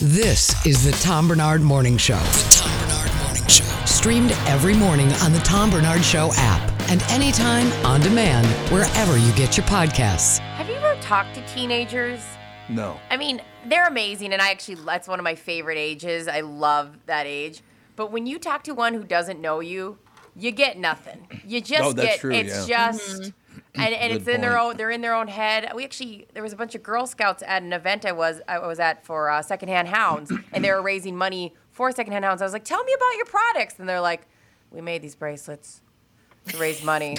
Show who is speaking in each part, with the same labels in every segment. Speaker 1: This is the Tom Bernard Morning Show. The Tom Bernard Morning Show. Streamed every morning on the Tom Bernard Show app and anytime on demand wherever you get your podcasts.
Speaker 2: Have you ever talked to teenagers?
Speaker 3: No.
Speaker 2: I mean, they're amazing, and I actually, that's one of my favorite ages. I love that age. But when you talk to one who doesn't know you, you get nothing. You just
Speaker 3: Oh, that's
Speaker 2: get,
Speaker 3: true,
Speaker 2: it's
Speaker 3: yeah.
Speaker 2: just, and, and
Speaker 3: Good
Speaker 2: it's in their
Speaker 3: point.
Speaker 2: own, they're in their own head. We actually, there was a bunch of Girl Scouts at an event I was, I was at for uh, Secondhand Hounds, and they were raising money for Secondhand Hounds. I was like, tell me about your products. And they're like, we made these bracelets to raise money.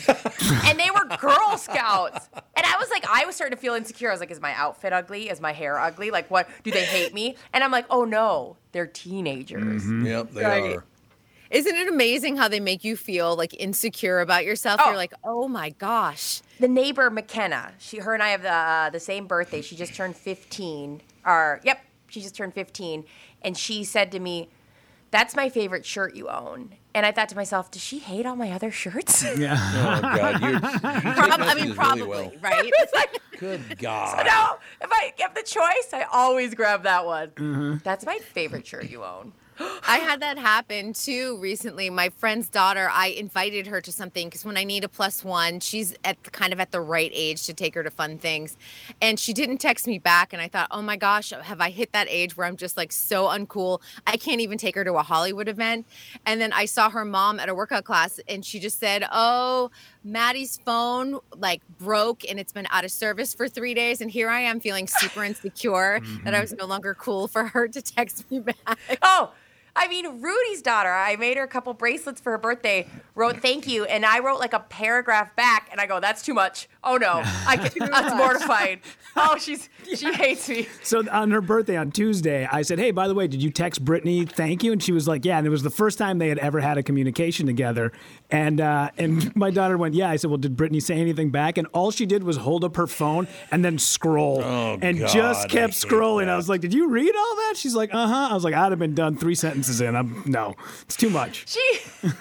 Speaker 2: and they were Girl Scouts. And I was like, I was starting to feel insecure. I was like, is my outfit ugly? Is my hair ugly? Like, what? Do they hate me? And I'm like, oh no, they're teenagers.
Speaker 3: Yep, they
Speaker 4: Mm-hmm. Right.
Speaker 3: are.
Speaker 4: Isn't it amazing how they make you feel like insecure about yourself? You're like, oh my gosh.
Speaker 2: The neighbor McKenna, she, her and I have the, uh, the same birthday. She just turned 15. Or yep, she just turned 15, and she said to me, "That's my favorite shirt you own." And I thought to myself, does she hate all my other shirts?
Speaker 3: Oh God, you, you take
Speaker 4: Prob- I
Speaker 3: messages
Speaker 4: mean, probably,
Speaker 3: Really well.
Speaker 4: right?
Speaker 2: it's like,
Speaker 3: Good God.
Speaker 2: no. If I give the choice, I always grab that one. That's my favorite shirt you own.
Speaker 4: I had that happen too recently. My friend's daughter, I invited her to something because when I need a plus one, she's at the, kind of at the right age to take her to fun things. And she didn't text me back. And I thought, oh my gosh, have I hit that age where I'm just like so uncool? I can't even take her to a Hollywood event. And then I saw her mom at a workout class and she just said, oh, Maddie's phone like broke and it's been out of service for three days. And here I am feeling super insecure that I was no longer cool for her to text me back.
Speaker 2: Oh, I mean, Rudy's daughter. I made her a couple bracelets for her birthday. Wrote thank you, and I wrote like a paragraph back, and I go, "That's too much. Oh no, I can, that's mortifying. Oh, she's she hates me.
Speaker 5: So on her birthday on Tuesday, I said, "Hey, by the way, did you text Brittany? Thank you." And she was like, "Yeah." And it was the first time they had ever had a communication together. And uh, and my daughter went, "Yeah." I said, "Well, did Brittany say anything back?" And all she did was hold up her phone and then scroll
Speaker 3: Oh,
Speaker 5: and
Speaker 3: God,
Speaker 5: just
Speaker 3: I
Speaker 5: kept
Speaker 3: hate
Speaker 5: scrolling.
Speaker 3: that.
Speaker 5: I was like, "Did you read all that?" She's like, "Uh huh." I was like, "I'd have been done three sentences in." I'm no, it's too much.
Speaker 2: She, yeah,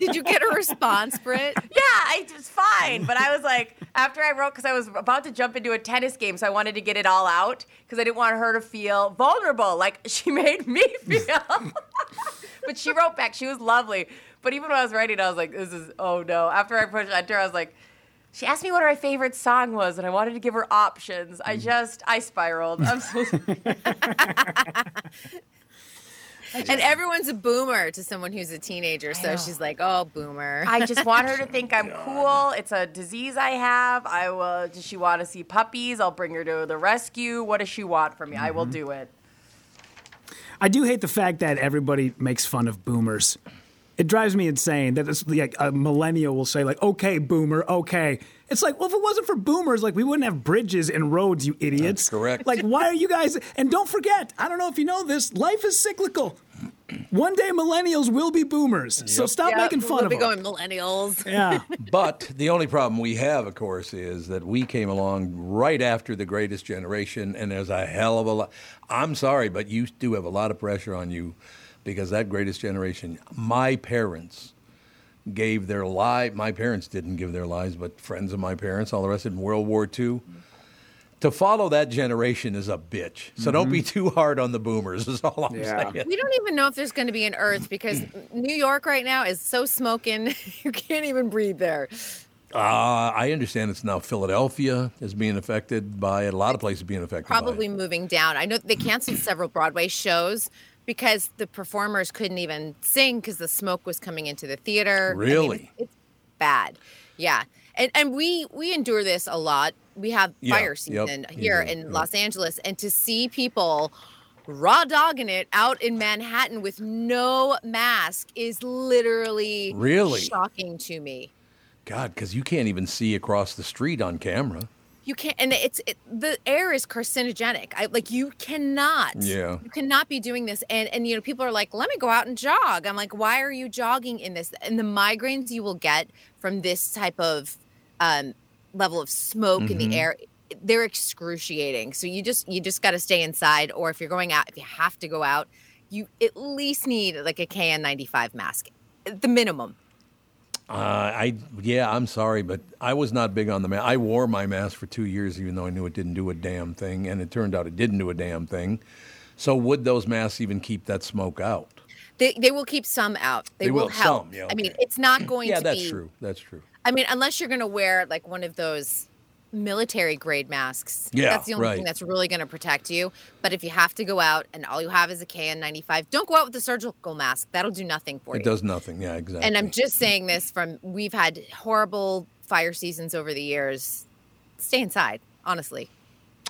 Speaker 4: Did you get a response, Britt?
Speaker 2: I it was fine, but I was like, after I wrote, because I was about to jump into a tennis game, so I wanted to get it all out because I didn't want her to feel vulnerable, like she made me feel. but she wrote back. She was lovely. But even when I was writing, I was like, this is, oh no. After I pushed enter, I was like, she asked me what her favorite song was, and I wanted to give her options. I just, I spiraled. I'm so
Speaker 4: And everyone's a boomer to someone who's a teenager. So she's like, oh, boomer.
Speaker 2: I just want her to think I'm cool. It's a disease I have. I will. Does she want to see puppies? I'll bring her to the rescue. What does she want from me? I
Speaker 3: Mm-hmm.
Speaker 2: will do it.
Speaker 5: I do hate the fact that everybody makes fun of boomers. It drives me insane that it's like a millennial will say like, "Okay, boomer, okay." It's like, well, if it wasn't for boomers, like we wouldn't have bridges and roads, you idiots.
Speaker 3: That's correct.
Speaker 5: Like, why are you guys? And don't forget, I don't know if you know this, life is cyclical. One day, millennials will be boomers, so stop
Speaker 4: Yeah,
Speaker 5: making fun
Speaker 4: we'll
Speaker 5: of
Speaker 4: be
Speaker 5: them.
Speaker 4: going millennials.
Speaker 5: yeah,
Speaker 3: But the only problem we have, of course, is that we came along right after the greatest generation, and there's a hell of a lot. I'm sorry, but you do have a lot of pressure on you because that greatest generation, my parents gave their life, my parents didn't give their lives, but friends of my parents, all the rest in World War II. To follow that generation is a bitch. So don't
Speaker 4: Mm-hmm.
Speaker 3: be too hard on the boomers, is all I'm
Speaker 5: Yeah.
Speaker 3: saying.
Speaker 4: We don't even know if there's going to be an Earth because New York right now is so smoking, you can't even breathe there.
Speaker 3: Uh, I understand it's now Philadelphia is being affected by it. A lot of places being affected by it.
Speaker 4: Probably moving down. I know they canceled several Broadway shows because the performers couldn't even sing because the smoke was coming into the theater. I mean,
Speaker 3: Really?
Speaker 4: it's- it's bad. Yeah. And and we we endure this a lot. We have
Speaker 3: Yeah,
Speaker 4: fire
Speaker 3: yep,
Speaker 4: season
Speaker 3: you
Speaker 4: here
Speaker 3: do,
Speaker 4: in
Speaker 3: yep.
Speaker 4: Los Angeles and to see people raw dogging it out in Manhattan with no mask is literally
Speaker 3: Really?
Speaker 4: shocking to me.
Speaker 3: God, because you can't even see across the street on camera.
Speaker 4: You can't, and it's it, the air is carcinogenic. I like you cannot.
Speaker 3: Yeah.
Speaker 4: You cannot be doing this, and and you know people are like, let me go out and jog. I'm like, why are you jogging in this? And the migraines you will get from this type of um, level of smoke
Speaker 3: Mm-hmm.
Speaker 4: in the air, they're excruciating. So you just you just got to stay inside, or if you're going out, if you have to go out, you at least need like a KN95 mask, at the minimum.
Speaker 3: Uh, I yeah, I'm sorry, but I was not big on the mask. I wore my mask for two years, even though I knew it didn't do a damn thing, and it turned out it didn't do a damn thing. So would those masks even keep that smoke out?
Speaker 4: They, they will keep some out. They,
Speaker 3: They will,
Speaker 4: help.
Speaker 3: some, yeah,
Speaker 4: I mean,
Speaker 3: okay.
Speaker 4: it's not going
Speaker 3: yeah,
Speaker 4: to
Speaker 3: that's
Speaker 4: be.
Speaker 3: true. That's true.
Speaker 4: I mean, unless you're going to wear like one of those military grade masks.
Speaker 3: Yeah,
Speaker 4: That's the only thing
Speaker 3: right.
Speaker 4: that's really going to protect you. But if you have to go out and all you have is a KN95, don't go out with a surgical mask. That'll do nothing for
Speaker 3: It
Speaker 4: you.
Speaker 3: does nothing. Yeah, exactly.
Speaker 4: And I'm just saying this from we've had horrible fire seasons over the years. Stay inside, honestly.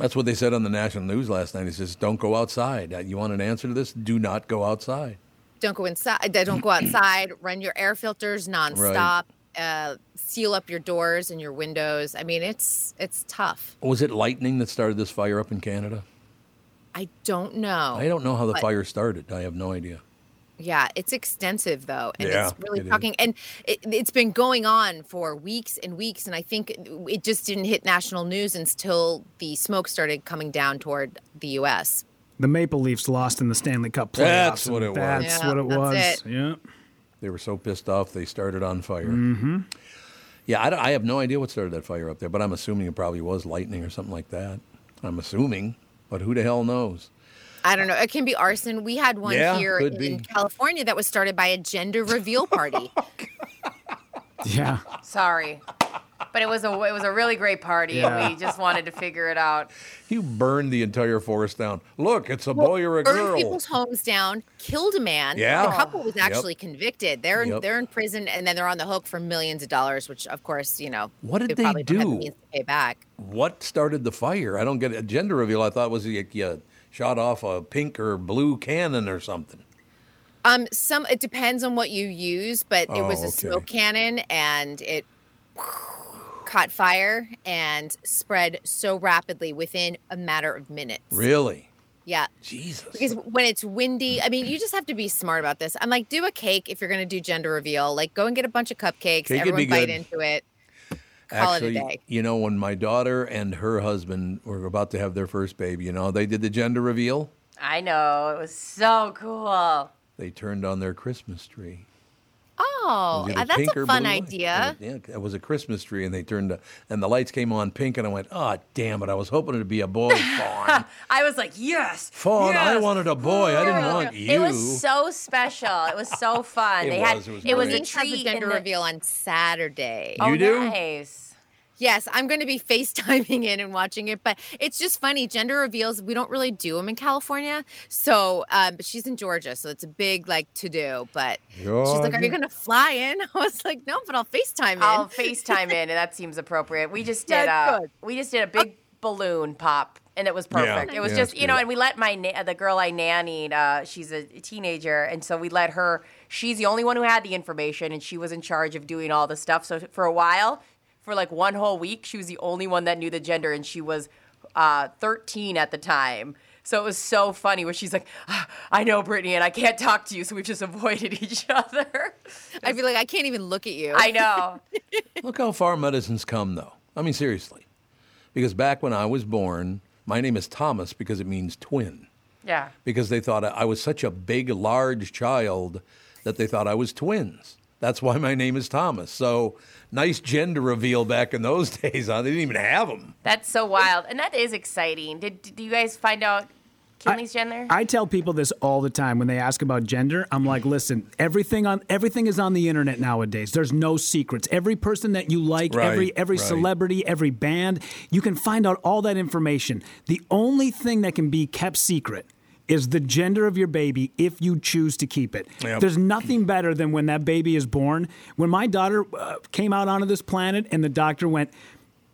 Speaker 3: That's what they said on the national news last night. It says, "Don't go outside." Uh, You want an answer to this? Do not go outside.
Speaker 4: Don't go inside. uh, Don't go outside. Run your air filters nonstop. Uh, seal up your doors and your windows. I mean, it's it's tough.
Speaker 3: Was it lightning that started this fire up in Canada?
Speaker 4: I don't know.
Speaker 3: I don't know how the
Speaker 4: But-
Speaker 3: fire started. I have no idea.
Speaker 4: Yeah, it's extensive though, and
Speaker 3: Yeah,
Speaker 4: it's really
Speaker 3: it is.
Speaker 4: talking, and it, it's been going on for weeks and weeks, and I think it just didn't hit national news until the smoke started coming down toward the U.S.
Speaker 5: The Maple Leafs lost in the Stanley Cup playoffs.
Speaker 3: That's what it was.
Speaker 5: That's
Speaker 4: Yeah,
Speaker 5: what it
Speaker 4: that's
Speaker 5: was.
Speaker 4: it.
Speaker 5: Yeah.
Speaker 3: They were so pissed off they started on fire. Mm-hmm. Yeah, I, don't- I have no idea what started that fire up there, but I'm assuming it probably was lightning or something like that. I'm assuming, but who the hell knows?
Speaker 4: I don't know. It can be arson. We had one
Speaker 3: Yeah,
Speaker 4: here
Speaker 3: could
Speaker 4: in,
Speaker 3: be.
Speaker 4: in California that was started by a gender reveal party.
Speaker 5: Yeah.
Speaker 2: Sorry. But it was a it was a really great party,
Speaker 5: Yeah.
Speaker 2: and we just wanted to figure it out.
Speaker 3: You burned the entire forest down. Look, it's a boy or a
Speaker 4: Burned
Speaker 3: girl.
Speaker 4: people's homes down, killed a man.
Speaker 3: Yeah.
Speaker 4: The couple was
Speaker 3: Yep.
Speaker 4: actually convicted. They're in,
Speaker 3: Yep.
Speaker 4: they're in prison, and then they're on the hook for millions of dollars, which of course you know
Speaker 3: What did they
Speaker 4: probably don't have the
Speaker 3: do?
Speaker 4: means to pay back.
Speaker 3: What started the fire? I don't get it. A gender reveal, I thought was you, you shot off a pink or blue cannon or something.
Speaker 4: Um, some it depends on what you use, but it was
Speaker 3: Oh, okay.
Speaker 4: a smoke cannon and it caught fire and spread so rapidly within a matter of minutes.
Speaker 3: Really?
Speaker 4: Yeah.
Speaker 3: Jesus.
Speaker 4: Because when it's windy, I mean, you just have to be smart about this. I'm like, do a cake if you're going to do gender reveal. Like, go and get a bunch of cupcakes.
Speaker 3: Cake would be
Speaker 4: everyone bite
Speaker 3: good.
Speaker 4: into it. Call
Speaker 3: Actually,
Speaker 4: it a day.
Speaker 3: you know, when my daughter and her husband were about to have their first baby, you know, they did the gender reveal.
Speaker 2: I know it was so cool.
Speaker 3: They turned on their Christmas tree.
Speaker 4: Oh,
Speaker 3: Was it
Speaker 4: uh, that's
Speaker 3: pink or
Speaker 4: a fun
Speaker 3: blue?
Speaker 4: idea.
Speaker 3: Yeah, it was a Christmas tree, and they turned the, and the lights came on pink, and I went, "Ah, damn it! I was hoping it'd be a boy, Fawn.
Speaker 2: I was like, yes,
Speaker 3: Fawn, I
Speaker 2: yes.
Speaker 3: wanted a boy. I didn't want you."
Speaker 2: It was so special. It was so fun.
Speaker 3: It
Speaker 2: they
Speaker 3: was,
Speaker 2: had
Speaker 3: it was
Speaker 2: it was
Speaker 3: great.
Speaker 2: a
Speaker 4: Link has
Speaker 2: tree
Speaker 4: a gender
Speaker 2: in the-
Speaker 4: reveal on Saturday.
Speaker 2: Oh,
Speaker 3: You do?
Speaker 2: Nice.
Speaker 4: Yes, I'm going to be FaceTiming in and watching it, but it's just funny. Gender reveals, we don't really do them in California. So, um, but she's in Georgia, so it's a big like to do. But she's like, Are
Speaker 3: Georgia.
Speaker 4: you going to fly in? I was like, No, but I'll FaceTime in.
Speaker 2: I'll FaceTime in, and that seems appropriate. We just did
Speaker 4: That's
Speaker 2: a
Speaker 4: good.
Speaker 2: we just did a big balloon pop, and it was perfect. it was
Speaker 3: yeah,
Speaker 2: just
Speaker 3: that's
Speaker 2: you know,
Speaker 3: good.
Speaker 2: and we let my na- the girl I nannied, uh, she's a teenager, and so we let her. She's the only one who had the information, and she was in charge of doing all the stuff. So for a while, for like one whole week, she was the only one that knew the gender, and she was uh, 13 at the time. So it was so funny where she's like, "Ah, I know Brittany and I can't talk to you. So we've just avoided each other.
Speaker 4: I'd be like, I can't even look at you.
Speaker 2: I know.
Speaker 3: Look how far medicine's come, though. I mean, seriously, because back when I was born, my name is Thomas because it means twin.
Speaker 2: Yeah.
Speaker 3: because they thought I- I was such a big, large child that they thought I was twins. That's why my name is Thomas. So nice gender reveal back in those days. Huh? They didn't even have them.
Speaker 2: That's so wild, and that is exciting. Did do you guys find out Kinley's gender?
Speaker 5: I tell people this all the time when they ask about gender. I'm like, listen, everything on everything is on the internet nowadays. There's no secrets. Every person that you like,
Speaker 3: Right,
Speaker 5: every every
Speaker 3: right.
Speaker 5: celebrity, every band, you can find out all that information. The only thing that can be kept secret is the gender of your baby if you choose to keep it.
Speaker 3: Yep.
Speaker 5: There's nothing better than when that baby is born. When my daughter uh, came out onto this planet and the doctor went,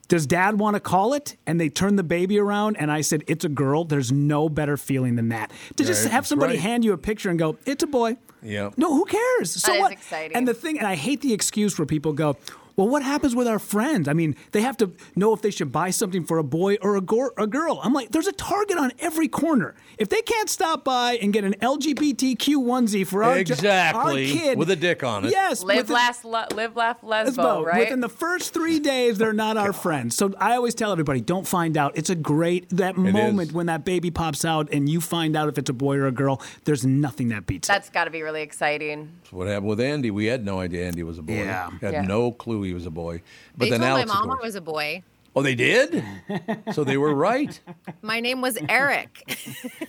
Speaker 5: does dad want to call it? And they turned the baby around, and I said, It's a girl. There's no better feeling than that. To just
Speaker 3: Right,
Speaker 5: have
Speaker 3: that's
Speaker 5: somebody
Speaker 3: right.
Speaker 5: hand you a picture and go, It's a boy.
Speaker 3: Yep.
Speaker 5: No, who cares? So
Speaker 2: That is
Speaker 5: what?
Speaker 2: exciting.
Speaker 5: And the thing, and I hate the excuse where people go, Well, what happens with our friends? I mean, they have to know if they should buy something for a boy or a, gor a girl. I'm like, There's a target on every corner. If they can't stop by and get an LGBTQ onesie for our, jo- our
Speaker 3: Exactly,
Speaker 5: kid
Speaker 3: with a dick on it.
Speaker 5: Yes.
Speaker 2: live
Speaker 5: with a-
Speaker 2: last, lo- live laugh lesbo,
Speaker 5: Lesbo.
Speaker 2: right?
Speaker 5: Within the first three days, they're not our friends. So I always tell everybody, don't find out. It's a great that moment
Speaker 3: is.
Speaker 5: when that baby pops out and you find out if it's a boy or a girl. There's nothing that beats
Speaker 2: That's got to be really exciting.
Speaker 3: That's what happened with Andy. We had no idea Andy was a boy.
Speaker 5: Yeah.
Speaker 3: Had
Speaker 2: Yeah.
Speaker 3: no clue he was a boy. But
Speaker 4: they
Speaker 3: then
Speaker 4: told
Speaker 3: Alex,
Speaker 4: my
Speaker 3: of
Speaker 4: mom I
Speaker 3: course-
Speaker 4: was a boy.
Speaker 3: Oh, they did? so they were right.
Speaker 4: My name was Eric,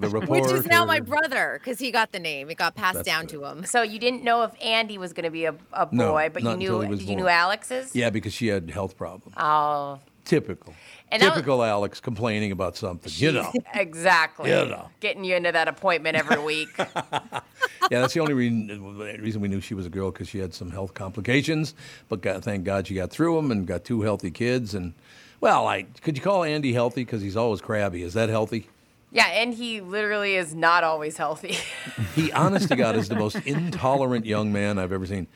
Speaker 3: the reporter.
Speaker 4: which is now my brother because he got the name. It got passed down to him.
Speaker 2: So you didn't know if Andy was going to be a, a boy,
Speaker 3: No,
Speaker 2: but
Speaker 3: not
Speaker 2: you
Speaker 3: until
Speaker 2: knew
Speaker 3: he was
Speaker 2: you
Speaker 3: born.
Speaker 2: knew Alex's.
Speaker 3: Yeah, because she had health problems.
Speaker 2: Oh,
Speaker 3: Typical.
Speaker 2: And that was-
Speaker 3: Typical Alex complaining about something. You know.
Speaker 2: exactly.
Speaker 3: You know.
Speaker 2: Getting you into that appointment every week.
Speaker 3: Yeah, that's the only reason, reason we knew she was a girl because she had some health complications. But God, thank God she got through them and got two healthy kids. And well, I could you call Andy healthy because he's always crabby? Is that healthy?
Speaker 2: yeah, and he literally is not always healthy.
Speaker 3: He, honest to God, is the most intolerant young man I've ever seen.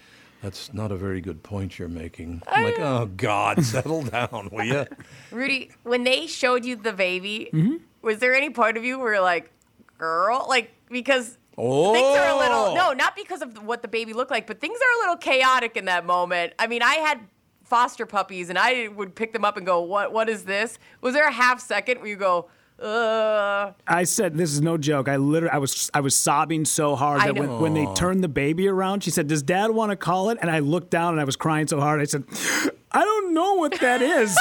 Speaker 3: That's not a very good point you're making. I'm like, oh God, settle down, will you?
Speaker 2: Rudy, when they showed you the baby,
Speaker 5: Mm-hmm.
Speaker 2: was there any part of you where you're like, girl, like because things are a
Speaker 3: Oh.
Speaker 2: little no, not because of what the baby looked like, but things are a little chaotic in that moment. I mean, I had foster puppies, and I would pick them up and go, what What is this? Was there a half second where you go, uh?
Speaker 5: I said, "This is no joke." I literally, I was, I was sobbing so hard
Speaker 2: I
Speaker 5: that when,
Speaker 2: know.
Speaker 5: when they turned the baby around, she said, "Does Dad want to call it?" And I looked down and I was crying so hard. I said, "I don't know what that is."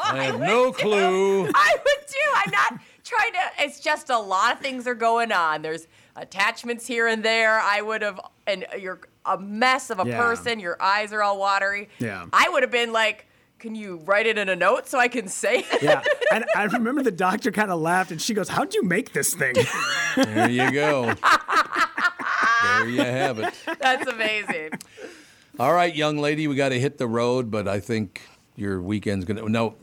Speaker 3: I have no clue.
Speaker 2: I would too. I'm not trying to. It's just a lot of things are going on. There's attachments here and there. I would have, and you're a mess of a
Speaker 5: Yeah.
Speaker 2: person. Your eyes are all watery.
Speaker 5: Yeah.
Speaker 2: I would have been like, "Can you write it in a note so I can say it?"
Speaker 5: yeah, and I remember the doctor kind of laughed and she goes, "How'd you make this thing?"
Speaker 3: There you go. There you have it.
Speaker 2: That's amazing.
Speaker 3: All right, young lady, we got to hit the road, but I think your weekend's going to. No,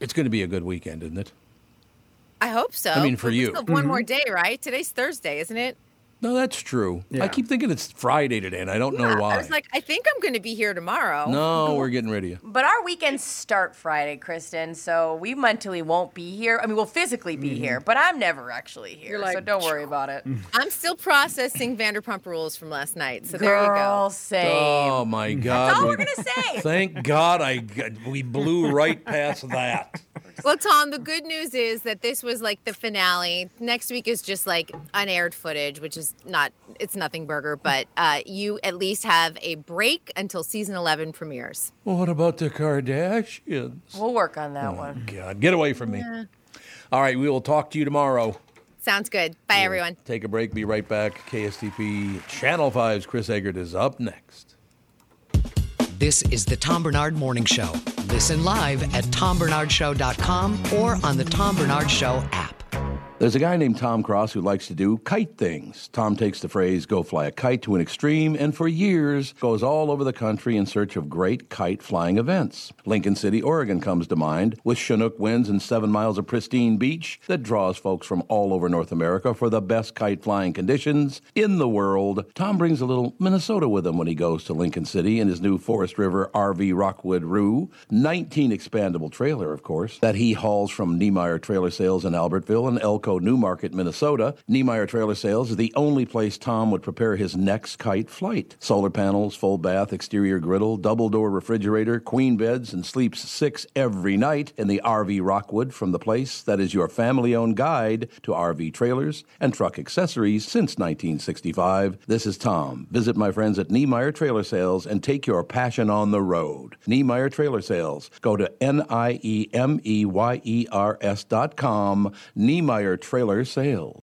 Speaker 3: it's going to be a good weekend, isn't it?
Speaker 4: I hope so.
Speaker 3: I mean, for
Speaker 4: We
Speaker 3: you. Mm-hmm.
Speaker 4: still have one more day, right? Today's Thursday, isn't it?
Speaker 3: No, that's true.
Speaker 5: Yeah.
Speaker 3: I keep thinking it's Friday today, and I don't know why.
Speaker 4: I was like, I think I'm going to be here tomorrow.
Speaker 2: oh,
Speaker 3: no, we're getting rid of you.
Speaker 2: But our weekends start Friday, Kristen. So we mentally won't be here. I mean, we'll physically be here, but I'm never actually here. so
Speaker 4: like,
Speaker 2: don't worry about it.
Speaker 4: I'm still processing Vanderpump Rules from last night. So there you
Speaker 2: Girl,
Speaker 4: go.
Speaker 2: same.
Speaker 3: Oh my God!
Speaker 2: That's all
Speaker 3: we-
Speaker 2: we're gonna say.
Speaker 3: Thank God I got- we blew right past that.
Speaker 4: Well, Tom, the good news is that this was like the finale. Next week is just like unaired footage, which is not, it's nothing burger, but uh, you at least have a break until season 11 premieres.
Speaker 3: Well, what about the Kardashians?
Speaker 2: We'll work on that one.
Speaker 3: God, get away from me! All right, we will talk to you tomorrow.
Speaker 4: Sounds good. Bye, everyone.
Speaker 3: Take a break. Be right back. KSTP Channel 5's Chris Eggert is up next.
Speaker 1: This is the Tom Bernard Morning Show. Listen live at tombernardshow.com or on the Tom Bernard Show app.
Speaker 3: There's a guy named Tom Cross who likes to do kite things. Tom takes the phrase go fly a kite to an extreme and for years goes all over the country in search of great kite flying events. Lincoln City, Oregon comes to mind with Chinook winds and 7 miles of pristine beach that draws folks from all over North America for the best kite flying conditions in the world. Tom brings a little Minnesota with him when he goes to Lincoln City in his new Forest River RV Rockwood Roo, 19 expandable trailer of course, that he hauls from Niemeyer Trailer Sales in Albertville and Elko Newmarket, Minnesota. Niemeyer Trailer Sales is the only place Tom would prepare his next kite flight. Solar panels, full bath, exterior griddle, double door refrigerator, queen beds, and sleeps six every night in the RV Rockwood from the place that is your family owned guide to RV trailers and truck accessories since 1965. This is Tom. Visit my friends at Niemeyer Trailer Sales and take your passion on the road. Niemeyer Trailer Sales. Go to N I E M E Y E R S dot com. Niemeyer Trailer Sales.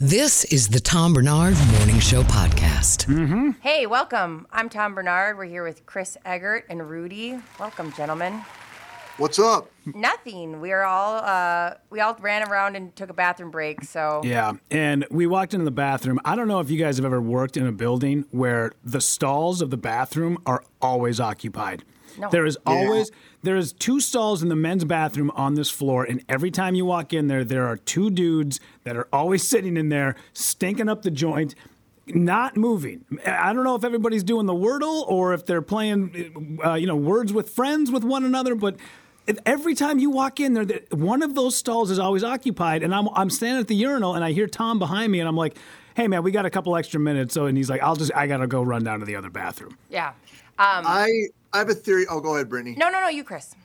Speaker 1: This is the Tom Bernard Morning Show podcast.
Speaker 2: Hey, welcome. I'm Tom Bernard. We're here with Chris Eggert and Rudy. Welcome, gentlemen.
Speaker 6: What's up?
Speaker 2: Nothing. We are all uh, we all ran around and took a bathroom break. So
Speaker 5: Yeah, and we walked into the bathroom. I don't know if you guys have ever worked in a building where the stalls of the bathroom are always occupied. There is always there is two stalls in the men's bathroom on this floor, and every time you walk in there, there are two dudes that are always sitting in there, stinking up the joint, not moving. I don't know if everybody's doing the Wordle or if they're playing, uh, you know, words with friends with one another, but if every time you walk in there, that- one of those stalls is always occupied, and I'm I'm standing at the urinal, and I hear Tom behind me, and I'm like, "Hey, man, we got a couple extra minutes." So, and he's like, "I'll just I gotta go run down to the other bathroom."
Speaker 2: yeah.
Speaker 6: I I have a theory. Oh, go ahead, Brittany.
Speaker 2: No, no, no. You, Chris.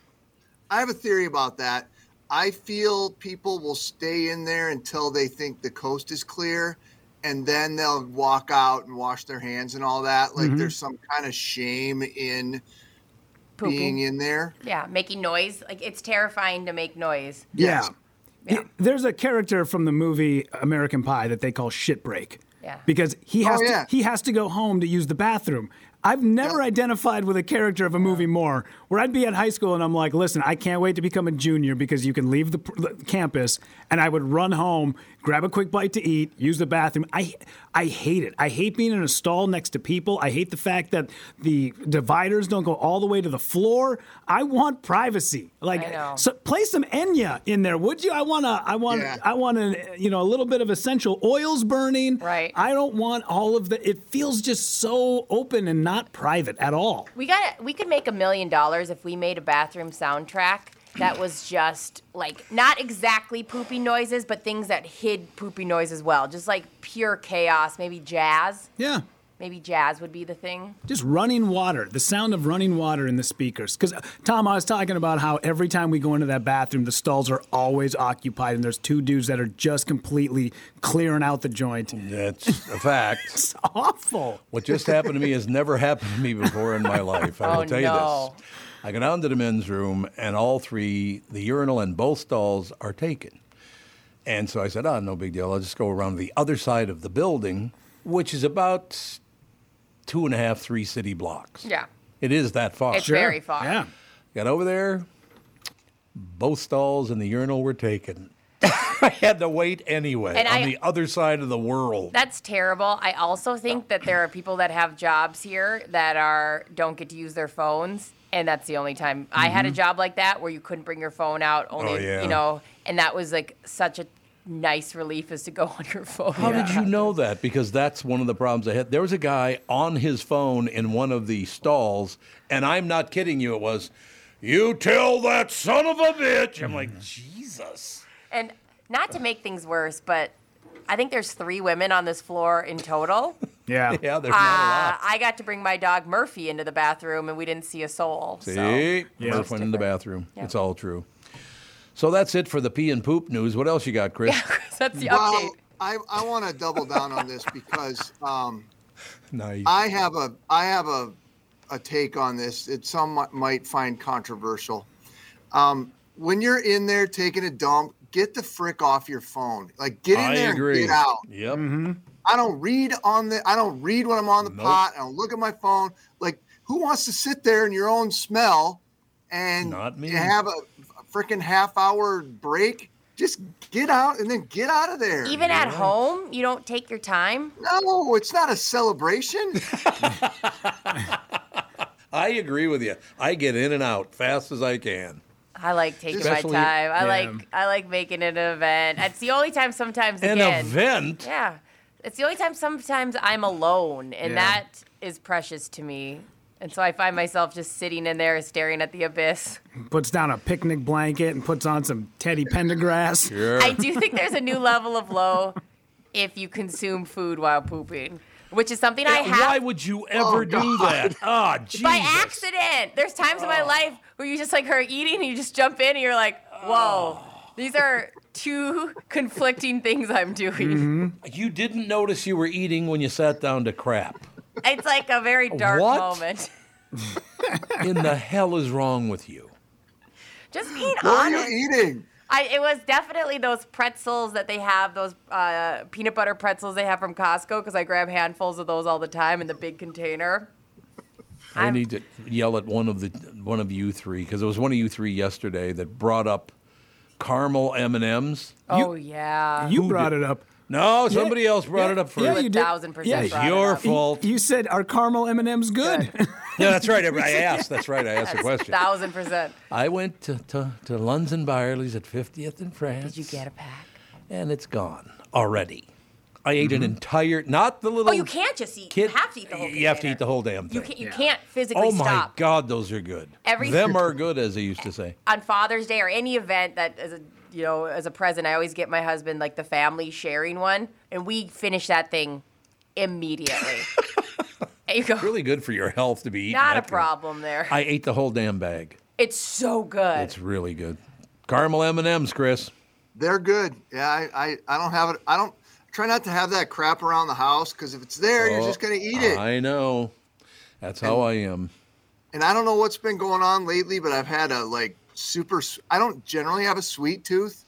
Speaker 6: I have a theory about that. I feel people will stay in there until they think the coast is clear, and then they'll walk out and wash their hands and all that. Like there's some kind of shame in
Speaker 2: Pooping.
Speaker 6: being in there.
Speaker 2: Yeah, making noise. Like it's terrifying to make noise.
Speaker 6: Yes.
Speaker 5: Yeah. There's a character from the movie American Pie that they call Shit Break.
Speaker 2: Yeah.
Speaker 5: Because he has
Speaker 6: yeah.
Speaker 5: to he has to go home to use the bathroom. I've never identified with a character of a movie more. Where I'd be at high school and I'm like, "Listen, I can't wait to become a junior because you can leave the pr- the campus and I would run home, grab a quick bite to eat, use the bathroom." I I hate it. I hate being in a stall next to people. I hate the fact that the dividers don't go all the way to the floor. I want privacy. Like
Speaker 2: I know.
Speaker 5: so play some Enya in there, would you? I want to. I want.
Speaker 6: Yeah.
Speaker 5: I want to. You know, a little bit of essential oils burning.
Speaker 2: Right.
Speaker 5: I don't want all of the. It feels just so open and not private at all.
Speaker 2: We got. We could make a million dollars if we made a bathroom soundtrack that was just like not exactly poopy noises, but things that hid poopy noise as well. Just like pure chaos. Maybe jazz.
Speaker 5: Yeah.
Speaker 2: Maybe jazz would be the thing.
Speaker 5: Just running water, the sound of running water in the speakers. Because, Tom, I was talking about how every time we go into that bathroom, the stalls are always occupied, and there's two dudes that are just completely clearing out the joint.
Speaker 3: That's a fact.
Speaker 5: It's awful.
Speaker 3: what just happened to me has never happened to me before in my life. I will
Speaker 2: Oh, no.
Speaker 3: tell you this. I go down to the men's room, and all three, the urinal and both stalls, are taken. And so I said, ah, no big deal. I'll just go around the other side of the building, which is about two and a half, three city blocks.
Speaker 2: Yeah.
Speaker 3: It is that far.
Speaker 2: It's very far.
Speaker 5: Yeah.
Speaker 3: Got over there. Both stalls and the urinal were taken. I had to wait anyway
Speaker 2: And
Speaker 3: on
Speaker 2: I-
Speaker 3: the other side of the world.
Speaker 2: That's terrible. I also think that there are people that have jobs here that are don't get to use their phones, and that's the only time I had a job like that where you couldn't bring your phone out. Only
Speaker 3: Mm-hmm. Oh, yeah.
Speaker 2: you know, and that was like such a nice relief is to go on your phone.
Speaker 3: How did you know that? Because that's one of the problems I had. There was a guy on his phone in one of the stalls, and I'm not kidding you. It was, you tell that son of a bitch. I'm
Speaker 2: Mm-hmm.
Speaker 3: like, Jesus.
Speaker 2: And not to make things worse, but I think there's three women on this floor in total.
Speaker 5: Yeah.
Speaker 3: Yeah, there's
Speaker 2: Uh,
Speaker 3: not
Speaker 2: I got to bring my dog Murphy into the bathroom, and we didn't see a soul.
Speaker 3: a lot.
Speaker 2: So.
Speaker 3: See, Murph went in the bathroom.
Speaker 2: Yeah.
Speaker 3: It's all true. So that's it for the pee and poop news. What else you got, Chris?
Speaker 2: That's the update.
Speaker 6: Well, I, I want to double down on this because um,
Speaker 3: nice.
Speaker 6: I have a I have a a take on this that some mi- might find controversial. Um, when you're in there taking a dump, get the frick off your phone. Like get in
Speaker 3: I
Speaker 6: there
Speaker 3: agree.
Speaker 6: and get out.
Speaker 3: Yep.
Speaker 6: I don't read on the I don't read when I'm on the
Speaker 3: Nope.
Speaker 6: pot. I don't look at my phone. Like who wants to sit there in your own smell and
Speaker 3: Not me.
Speaker 6: have a, a freaking half hour break? Just get out and then get out of there.
Speaker 2: Even at home, you don't take your time.
Speaker 6: no, it's not a celebration.
Speaker 3: I agree with you. I get in and out fast as I can.
Speaker 2: I like taking
Speaker 3: Especially-
Speaker 2: my time. I like I like making it an event. That's the only time sometimes
Speaker 3: An
Speaker 2: again.
Speaker 3: event.
Speaker 2: Yeah. It's the only time sometimes I'm alone and that is precious to me. And so I find myself just sitting in there staring at the abyss.
Speaker 5: Puts down a picnic blanket and puts on some Teddy Pendergrass.
Speaker 2: I do think there's a new level of low if you consume food while pooping, which is something I have.
Speaker 3: Why would you ever do that? Ah, Jesus.
Speaker 2: by accident. There's times in my life where you just like her eating and you just jump in and you're like, whoa, these are two conflicting things I'm doing.
Speaker 3: You didn't notice you were eating when you sat down to crap.
Speaker 2: It's like a very dark
Speaker 3: What?
Speaker 2: moment.
Speaker 3: In the hell is wrong with you?
Speaker 2: Just being
Speaker 6: What are
Speaker 2: honest.
Speaker 6: you eating?
Speaker 2: I, it was definitely those pretzels that they have, those uh, peanut butter pretzels they have from Costco, because I grab handfuls of those all the time in the big container.
Speaker 3: I
Speaker 2: I'm-
Speaker 3: need to yell at one of the one of you three because it was one of you three yesterday that brought up caramel M and M's.
Speaker 2: oh, yeah.
Speaker 5: You brought it up.
Speaker 3: No, somebody else brought it up first.
Speaker 5: Yeah, you did.
Speaker 2: 1000%
Speaker 5: Yeah,
Speaker 3: it's
Speaker 2: brought it
Speaker 3: your
Speaker 2: up.
Speaker 3: fault.
Speaker 5: You said, "Are caramel M and M's good?"
Speaker 3: no, that's right. I asked. That's right. I asked the question.
Speaker 2: Thousand percent.
Speaker 3: I went to, to, to Lunds and Byerly's at 50th and France.
Speaker 2: Did you get a pack?
Speaker 3: And it's gone already. I ate an entire, not the little.
Speaker 2: Oh, you can't just eat.
Speaker 3: kid-
Speaker 2: you have to eat the whole.
Speaker 3: You have to
Speaker 2: container.
Speaker 3: eat the whole damn thing.
Speaker 2: You can't. You can't physically
Speaker 3: oh my
Speaker 2: stop.
Speaker 3: God, those are good.
Speaker 2: Every-
Speaker 3: Them are good, as they used to say.
Speaker 2: on Father's Day or any event that as a you know as a present, I always get my husband like the family sharing one, and we finish that thing immediately. and you go,
Speaker 3: Really good for your health to be eating.
Speaker 2: not a
Speaker 3: that thing.
Speaker 2: problem there.
Speaker 3: I ate the whole damn bag.
Speaker 2: it's so good.
Speaker 3: It's really good. Caramel M and M's, Chris.
Speaker 6: They're good. Yeah, I, I, I don't have it. I don't try not to have that crap around the house because if it's there, you're just gonna eat it.
Speaker 3: Oh, I know. That's how I am.
Speaker 6: and I don't know what's been going on lately, but I've had a like super. s- I don't generally have a sweet tooth,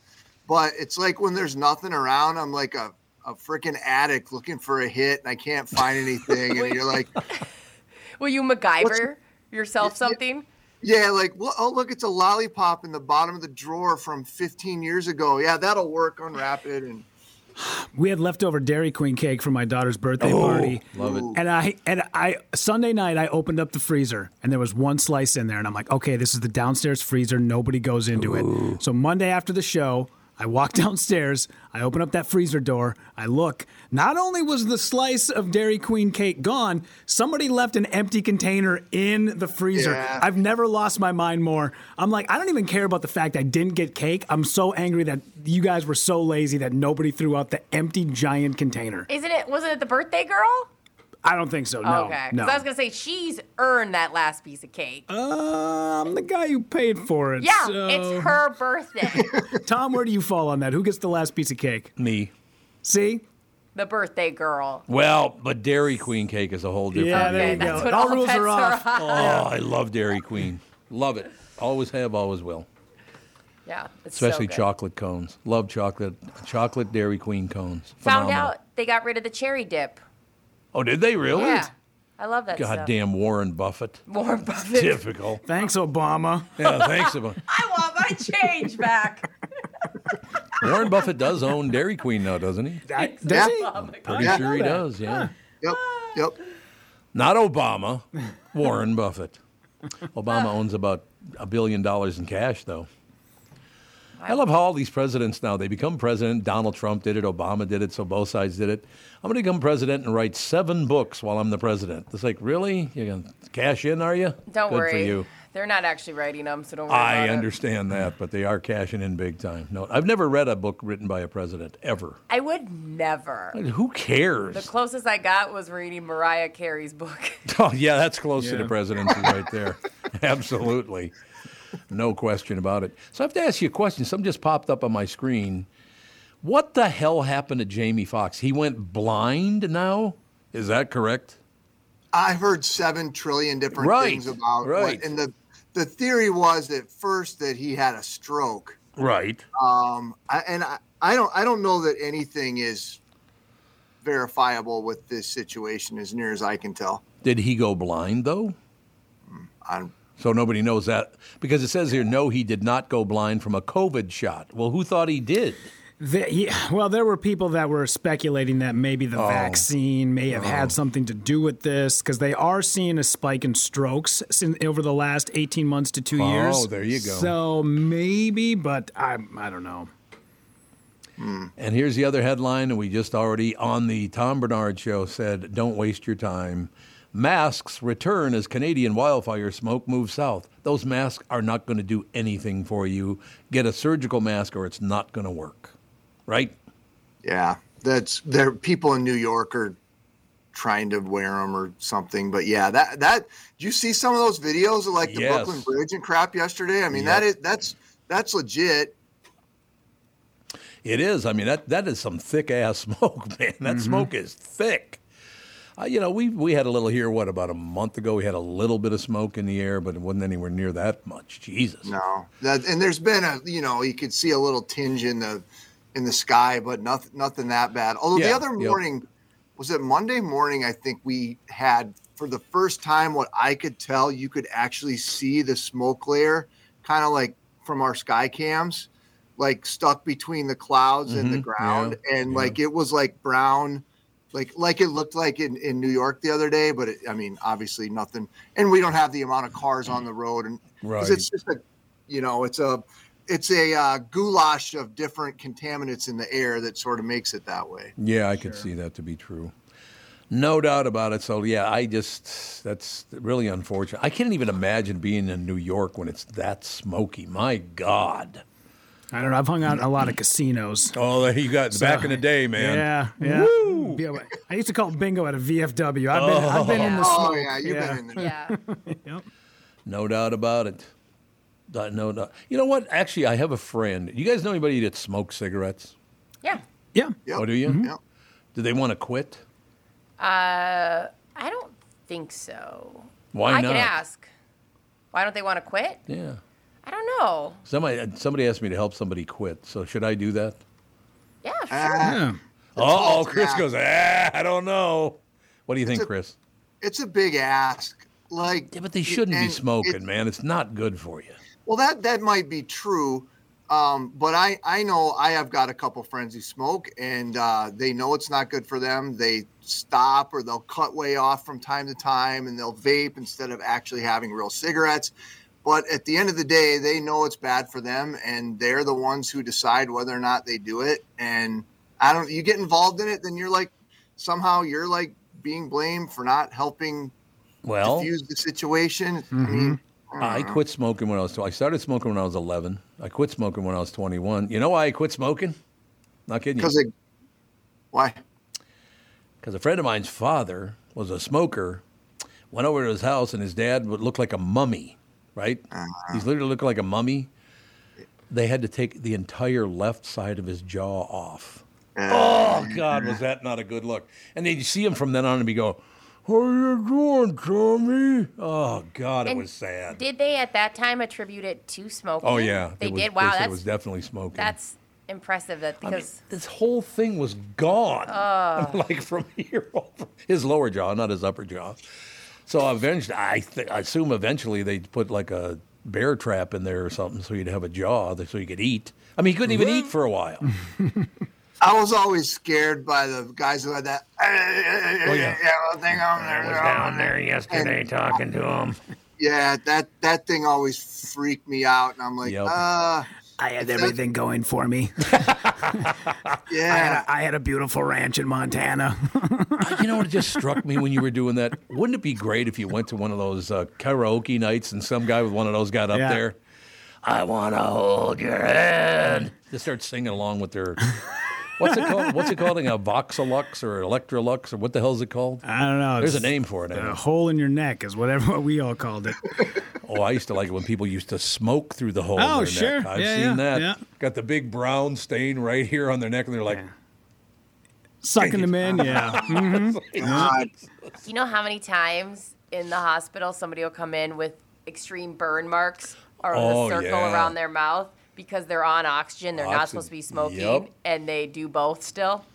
Speaker 6: but it's like when there's nothing around, I'm like a a freaking addict looking for a hit, and I can't find anything. and you're like,
Speaker 2: Will you MacGyver yourself something?
Speaker 6: yeah, like well, oh look, it's a lollipop in the bottom of the drawer from 15 years ago. Yeah, that'll work. Unwrap it, and
Speaker 5: we had leftover Dairy Queen cake from my daughter's birthday party.
Speaker 3: Oh, Love it.
Speaker 5: And I and I Sunday night I opened up the freezer and there was one slice in there and I'm like, okay, this is the downstairs freezer. Nobody goes into it. So Monday after the show, I walk downstairs. I open up that freezer door. I look. Not only was the slice of Dairy Queen cake gone, somebody left an empty container in the freezer.
Speaker 6: Yeah.
Speaker 5: I've never lost my mind more. I'm like, I don't even care about the fact I didn't get cake. I'm so angry that you guys were so lazy that nobody threw out the empty giant container.
Speaker 2: Isn't it? Wasn't it the birthday girl?
Speaker 5: I don't think so. No.
Speaker 2: okay. 'Cause
Speaker 5: No.
Speaker 2: I was gonna say she's earned that last piece of cake.
Speaker 5: Uh, I'm the guy who paid for it.
Speaker 2: yeah,
Speaker 5: so-
Speaker 2: it's her birthday.
Speaker 5: Tom, where do you fall on that? Who gets the last piece of cake?
Speaker 3: Me.
Speaker 5: See?
Speaker 2: the birthday girl.
Speaker 3: Well, but Dairy Queen cake is a whole different.
Speaker 5: Yeah, there
Speaker 2: Okay,
Speaker 5: you go.
Speaker 2: that's what
Speaker 5: all
Speaker 2: all
Speaker 5: rules
Speaker 2: bets
Speaker 5: are
Speaker 2: are
Speaker 5: off.
Speaker 3: Oh, I love Dairy Queen. Love it. Always have, always will.
Speaker 2: Yeah, it's so
Speaker 3: Especially
Speaker 2: good.
Speaker 3: chocolate cones. Love chocolate chocolate Dairy Queen cones.
Speaker 2: Found
Speaker 3: Phenomenal.
Speaker 2: out they got rid of the cherry dip.
Speaker 3: Oh, did they really?
Speaker 2: Yeah, I love that stuff.
Speaker 3: Goddamn Warren Buffett.
Speaker 2: Warren Buffett.
Speaker 3: Typical.
Speaker 5: Thanks, Obama.
Speaker 3: Yeah, thanks. About.
Speaker 2: I want my change back.
Speaker 3: Warren Buffett does own Dairy Queen now, doesn't he?
Speaker 5: That,
Speaker 6: Yeah.
Speaker 5: does he?
Speaker 3: Pretty
Speaker 6: Yeah.
Speaker 3: sure he
Speaker 5: that.
Speaker 3: does, yeah.
Speaker 6: yep, yep.
Speaker 3: Not Obama, Warren Buffett. Obama
Speaker 2: Ah.
Speaker 3: owns about a billion dollars in cash, though. I love how all these presidents now, they become president. Donald Trump did it, Obama did it, so both sides did it. I'm going to become president and write seven books while I'm the president. It's like, really? You're going to cash in, are you?
Speaker 2: Don't
Speaker 3: Good
Speaker 2: worry.
Speaker 3: for you.
Speaker 2: They're not actually writing them, so don't worry.
Speaker 3: I
Speaker 2: about it.
Speaker 3: understand that, but they are cashing in big time. No, I've never read a book written by a president, ever.
Speaker 2: I would never.
Speaker 3: Who cares?
Speaker 2: The closest I got was reading Mariah Carey's book.
Speaker 3: Oh, yeah, that's close to the presidency right there. Absolutely. No question about it. So I have to ask you a question. Something just popped up on my screen. What the hell happened to Jamie Foxx? He went blind now? Is that correct?
Speaker 6: I've heard seven trillion different
Speaker 3: Right,
Speaker 6: things about
Speaker 3: right.
Speaker 6: what, and the the theory was at first that he had a stroke.
Speaker 3: Right.
Speaker 6: Um, I, and I, I don't I don't know that anything is verifiable with this situation as near as I can tell.
Speaker 3: Did he go blind, though?
Speaker 6: I'm,
Speaker 3: So nobody knows that. Because it says here, no, he did not go blind from a COVID shot. Well, who thought he did?
Speaker 5: The- yeah, well, there were people that were speculating that maybe
Speaker 3: Oh.
Speaker 5: the vaccine may have had something to do with this because they are seeing a spike in strokes sin over the last 18 months to two
Speaker 3: Oh,
Speaker 5: years.
Speaker 3: there you go.
Speaker 5: So maybe, but I, I don't know.
Speaker 3: And here's the other headline, and we just already on the Tom Bernard show said, "Don't waste your time." Masks return as Canadian wildfire smoke moves south. Those masks are not going to do anything for you. Get a surgical mask, or it's not going to work. Right?
Speaker 6: yeah, That's there. People in New York are trying to wear them or something. But yeah, that that did you see some of those videos of like the
Speaker 3: Yes.
Speaker 6: Brooklyn Bridge and crap yesterday? I mean,
Speaker 3: Yep.
Speaker 6: that is that's that's legit.
Speaker 3: It is. I mean, that that is some thick ass smoke, man. That smoke is thick. Uh, you know, we we had a little here. What about a month ago? We had a little bit of smoke in the air, but it wasn't anywhere near that much. Jesus.
Speaker 6: No, that and there's been a you know you could see a little tinge in the in the sky, but nothing nothing that bad. Although the
Speaker 3: Yeah,
Speaker 6: other
Speaker 3: yeah.
Speaker 6: morning was it Monday morning? I think we had for the first time what I could tell you could actually see the smoke layer, kind of like from our sky cams, like stuck between the clouds and the
Speaker 3: Mhm,
Speaker 6: ground,
Speaker 3: yeah,
Speaker 6: and
Speaker 3: yeah.
Speaker 6: like it was like brown. Like, like it looked like in, in New York the other day, but it, I mean, obviously nothing. And we don't have the amount of cars on the road, and 'cause
Speaker 3: Right.
Speaker 6: it's just a you know it's a it's a uh, goulash of different contaminants in the air that sort of makes it that way
Speaker 3: Yeah, I could see that to be true. No doubt about it. So yeah, I just that's really unfortunate. I can't even imagine being in New York when it's that smoky. My God.
Speaker 5: I don't know. I've hung out in a lot of casinos.
Speaker 3: Oh, you got back in the day, man.
Speaker 5: Yeah, yeah. Yeah, but I used to call it bingo at a VFW. I've been, I've been in the
Speaker 6: Oh,
Speaker 5: smoke.
Speaker 6: yeah, you've been in the
Speaker 2: Yeah.
Speaker 3: No doubt about it. Uh, No doubt. You know what? Actually, I have a friend. You guys know anybody that smokes cigarettes?
Speaker 2: Yeah.
Speaker 5: yeah.
Speaker 6: Yep.
Speaker 3: Oh, do you?
Speaker 6: Yep.
Speaker 3: Do they want to quit?
Speaker 2: I don't think so.
Speaker 3: Why
Speaker 2: I
Speaker 3: not?
Speaker 2: could ask. Why don't they want to quit?
Speaker 3: Yeah.
Speaker 2: I don't know.
Speaker 3: Somebody uh, somebody asked me to help somebody quit. So should I do that?
Speaker 2: Yeah, sure.
Speaker 5: Yeah.
Speaker 3: Oh,
Speaker 6: all
Speaker 3: Chris
Speaker 6: back.
Speaker 3: goes. Ah, I don't know. What do you think, Chris?
Speaker 6: it's a big ask like
Speaker 3: Yeah, but they shouldn't be
Speaker 6: and
Speaker 3: smoking,
Speaker 6: it-
Speaker 3: man. It's not good for you.
Speaker 6: well that that might be true um, but I, I know I have got a couple friends who smoke and uh, they know it's not good for them. They stop or they'll cut way off from time to time and they'll vape instead of actually having real cigarettes. But at the end of the day, they know it's bad for them and they're the ones who decide whether or not they do it. And I don't, you get involved in it, then you're like, somehow you're like being blamed for not helping
Speaker 3: Well,
Speaker 6: diffuse Ah. the situation. I mean,
Speaker 3: I quit smoking when I was. tw- I started smoking when I was 11. I quit smoking when I was 21. You know why I quit smoking? Not kidding you.
Speaker 6: because it, why?
Speaker 3: because a friend of mine's father was a smoker, went over to his house, and his dad would look like a mummy, right? He's literally looking like a mummy. They had to take the entire left side of his jaw off. Oh God, was that not a good look? And then you see him from then on and be go, "How you doing, Tommy?" Oh God, it
Speaker 2: And
Speaker 3: was sad.
Speaker 2: Did they at that time attribute it to smoking?
Speaker 3: oh yeah,
Speaker 2: They
Speaker 3: it was,
Speaker 2: did. Wow,
Speaker 3: they said
Speaker 2: that's
Speaker 3: it was definitely smoking.
Speaker 2: that's impressive. That
Speaker 3: I mean,
Speaker 2: because
Speaker 3: this whole thing was gone, like from here over his lower jaw, not his upper jaw. So eventually, I, th- I assume eventually they put like a bear trap in there or something, so he'd have a jaw that so he could eat. I mean, he couldn't even eat for a while.
Speaker 6: I was always scared by the guys who had that oh,
Speaker 3: yeah.
Speaker 6: thing on there. on there.
Speaker 3: yesterday talking to him.
Speaker 6: Yeah, that, that thing always freaked me out. And I'm like,
Speaker 3: Yep.
Speaker 6: uh,
Speaker 5: I had everything going for me. I
Speaker 6: yeah.
Speaker 5: had, a, I had a beautiful ranch in Montana.
Speaker 3: You know what just struck me when you were doing that? Wouldn't it be great if you went to one of those uh, karaoke nights and some guy with one of those got up
Speaker 5: Yeah.
Speaker 3: there? I want to hold your hand. Just start singing along with their. What's it called? What's it called? Like A Voxalux or Electrolux or what the hell is it called?
Speaker 5: I don't know.
Speaker 3: There's a
Speaker 5: it's
Speaker 3: name for it. I
Speaker 5: A
Speaker 3: mean.
Speaker 5: hole in your neck is whatever we all called it.
Speaker 3: Oh, I used to like it when people used to smoke through the hole.
Speaker 5: Oh,
Speaker 3: in their
Speaker 5: sure.
Speaker 3: Neck. I've
Speaker 5: Yeah,
Speaker 3: seen
Speaker 5: yeah,
Speaker 3: that.
Speaker 5: yeah.
Speaker 3: Got the big brown stain right here on their neck, and they're like,
Speaker 5: Sucking them in, yeah. Mm,
Speaker 6: God.
Speaker 2: you know how many times in the hospital somebody will come in with extreme burn marks or
Speaker 3: Oh,
Speaker 2: the circle
Speaker 3: yeah.
Speaker 2: around their mouth because they're on oxygen. They're
Speaker 3: Oxygen.
Speaker 2: not supposed to be smoking,
Speaker 3: Yep.
Speaker 2: and they do both still,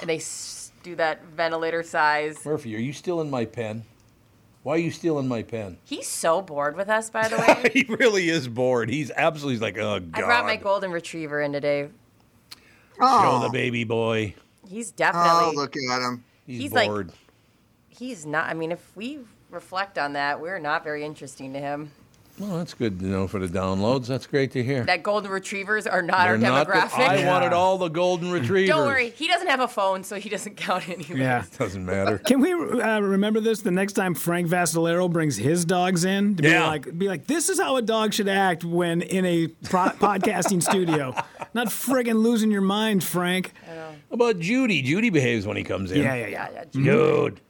Speaker 2: and they s- do that ventilator size.
Speaker 3: Murphy, are you still in my pen? Why are you still in my pen?
Speaker 2: He's so bored with us, by the way.
Speaker 3: he really is bored. He's absolutely he's like, oh god.
Speaker 2: I brought my golden retriever in today.
Speaker 3: Show
Speaker 6: Oh,
Speaker 3: the baby boy.
Speaker 2: He's
Speaker 6: oh,
Speaker 2: definitely
Speaker 6: look at him.
Speaker 3: He's,
Speaker 2: He's like-
Speaker 3: bored.
Speaker 2: he's not. I mean, if we reflect on that, we're not very interesting to him.
Speaker 3: well, that's good to know for the downloads. That's great to hear.
Speaker 2: That golden retrievers are not
Speaker 3: They're
Speaker 2: our
Speaker 3: not the-
Speaker 2: demographic.
Speaker 3: I wanted all the golden retrievers.
Speaker 2: Don't worry, he doesn't have a phone, so he doesn't count anyway.
Speaker 5: yeah.
Speaker 3: Doesn't matter.
Speaker 5: Can we uh, remember this the next time Frank Vassalero brings his dogs in? To
Speaker 3: Yeah.
Speaker 5: Be like, be like, this is how a dog should act when in a pro- podcasting studio. Not friggin' losing your mind, Frank.
Speaker 3: How about Judy? Judy behaves when he comes in.
Speaker 5: Yeah, yeah, yeah.
Speaker 2: Yeah, yeah, Judy.
Speaker 3: Dude.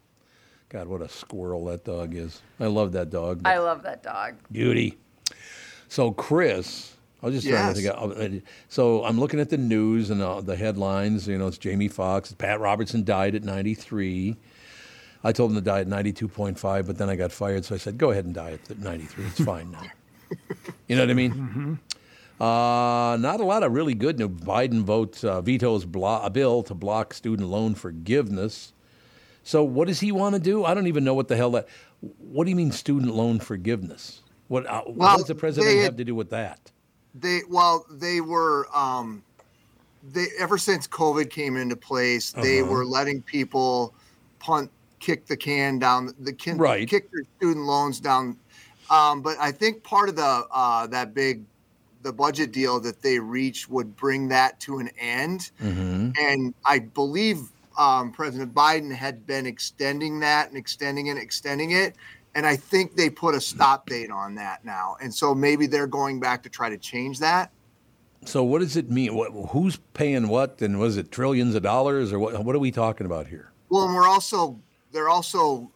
Speaker 3: God, what a squirrel that dog is. I love that dog.
Speaker 2: I love that dog.
Speaker 3: Beauty. So Chris, I was just trying to
Speaker 6: Yes.
Speaker 3: think. Of, uh, so I'm looking at the news and uh, the headlines. You know, it's Jamie Foxx. Pat Robertson died at 93. I told him to die at 92.5, but then I got fired, so I said, "Go ahead and die at 93. It's fine now." you know what I mean? Uh, not a lot of really good news. Biden votes uh, vetoes blo- a bill to block student loan forgiveness. So what does he want to do? I don't even know what the hell that. What do you mean student loan forgiveness? What uh, what
Speaker 6: Well,
Speaker 3: does the president
Speaker 6: they had-
Speaker 3: have to do with that?
Speaker 6: They well, they were um, they ever since COVID came into place, they were letting people punt, kick the can down the can,
Speaker 3: Right.
Speaker 6: kick their student loans down. Um, but I think part of the uh, that big the budget deal that they reached would bring that to an end, and I believe um, President Biden had been extending that and extending and extending it. And I think they put a stop date on that now. And so maybe they're going back to try to change that.
Speaker 3: So what does it mean? What, who's paying what? And was it trillions of dollars or what? What are we talking about here?
Speaker 6: Well, and we're also they're also,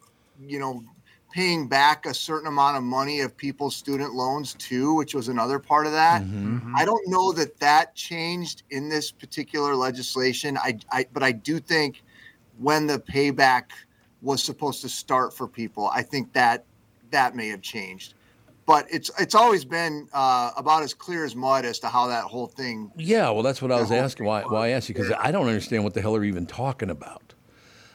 Speaker 6: you know, paying back a certain amount of money of people's student loans too, which was another part of that.
Speaker 3: Mm-hmm.
Speaker 6: I don't know that that changed in this particular legislation. I, I but I do think when the payback was supposed to start for people, I think that that may have changed. But it's it's always been uh, about as clear as mud as to how that whole thing
Speaker 3: Yeah, well, that's what I was
Speaker 6: whole
Speaker 3: asking. Why, why I asked you because I don't understand what the hell they're even talking about.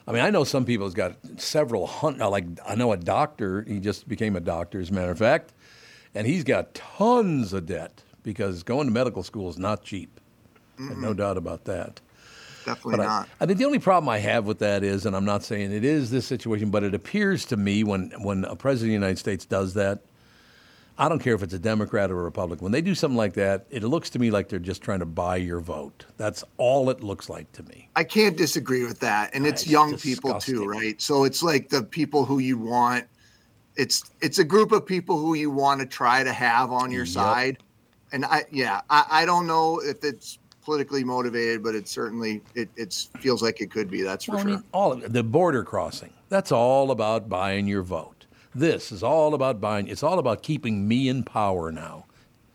Speaker 3: I mean, I know some people has got several hundred. Like I know a doctor. He just became a doctor, as a matter of fact, and he's got tons of debt because going to medical school is not cheap. And no doubt about that.
Speaker 6: definitely
Speaker 3: But I-
Speaker 6: not.
Speaker 3: I, think the only problem I have with that is, and I'm not saying it is this situation, but it appears to me when when a president of the United States does that, I don't care if it's a Democrat or a Republican, when they do something like that, it looks to me like they're just trying to buy your vote. That's all it looks like to me.
Speaker 6: I can't disagree with that. And it's
Speaker 3: That's
Speaker 6: young people
Speaker 3: disgusting.
Speaker 6: too, right? So it's like the people who you want. It's it's a group of people who you want to try to have on your side. And I yeah, I, I don't know if it's politically motivated, but it certainly it it's feels like it could be, that's for
Speaker 3: Well, I
Speaker 6: sure.
Speaker 3: mean, all of, the border crossing. That's all about buying your vote. This is all about buying. It's all about keeping me in power now.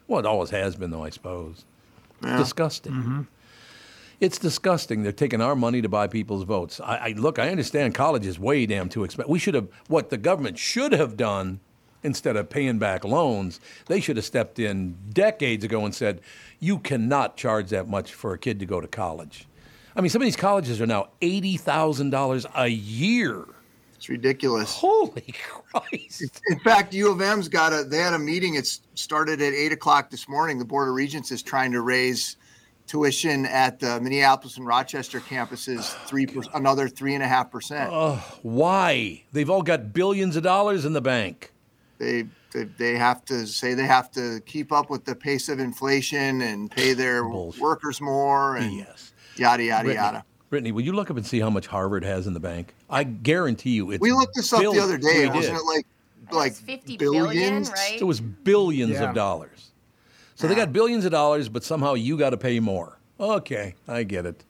Speaker 3: Well, it always has been, though, I suppose. Disgusting. It's disgusting. They're taking our money to buy people's votes. I, I look. I understand college is way damn too expensive. We should have what the government should have done instead of paying back loans. They should have stepped in decades ago and said, "You cannot charge that much for a kid to go to college." I mean, some of these colleges are now eighty thousand dollars a year.
Speaker 6: It's ridiculous.
Speaker 3: Holy Christ!
Speaker 6: In fact, U of M's got a they had a meeting. It's started at eight o'clock this morning. The Board of Regents is trying to raise tuition at the Minneapolis and Rochester campuses three per, another three and a half percent.
Speaker 3: Why? They've all got billions of dollars in the bank.
Speaker 6: they they, they have to say they have to keep up with the pace of inflation and pay their
Speaker 3: Bullshit.
Speaker 6: workers more and
Speaker 3: Yes.
Speaker 6: yada yada
Speaker 3: Brittany,
Speaker 6: yada.
Speaker 3: Brittany, will you look up and see how much Harvard has in the bank? I guarantee you it's
Speaker 6: We looked this up the
Speaker 3: billions.
Speaker 6: other day,
Speaker 3: We
Speaker 6: wasn't
Speaker 3: did.
Speaker 6: it like
Speaker 2: Like
Speaker 6: like
Speaker 2: 50 billion,
Speaker 6: billions?
Speaker 2: right?
Speaker 3: It was billions
Speaker 5: Yeah.
Speaker 3: of dollars. So they got billions of dollars, but somehow you got to pay more. Okay, I get it.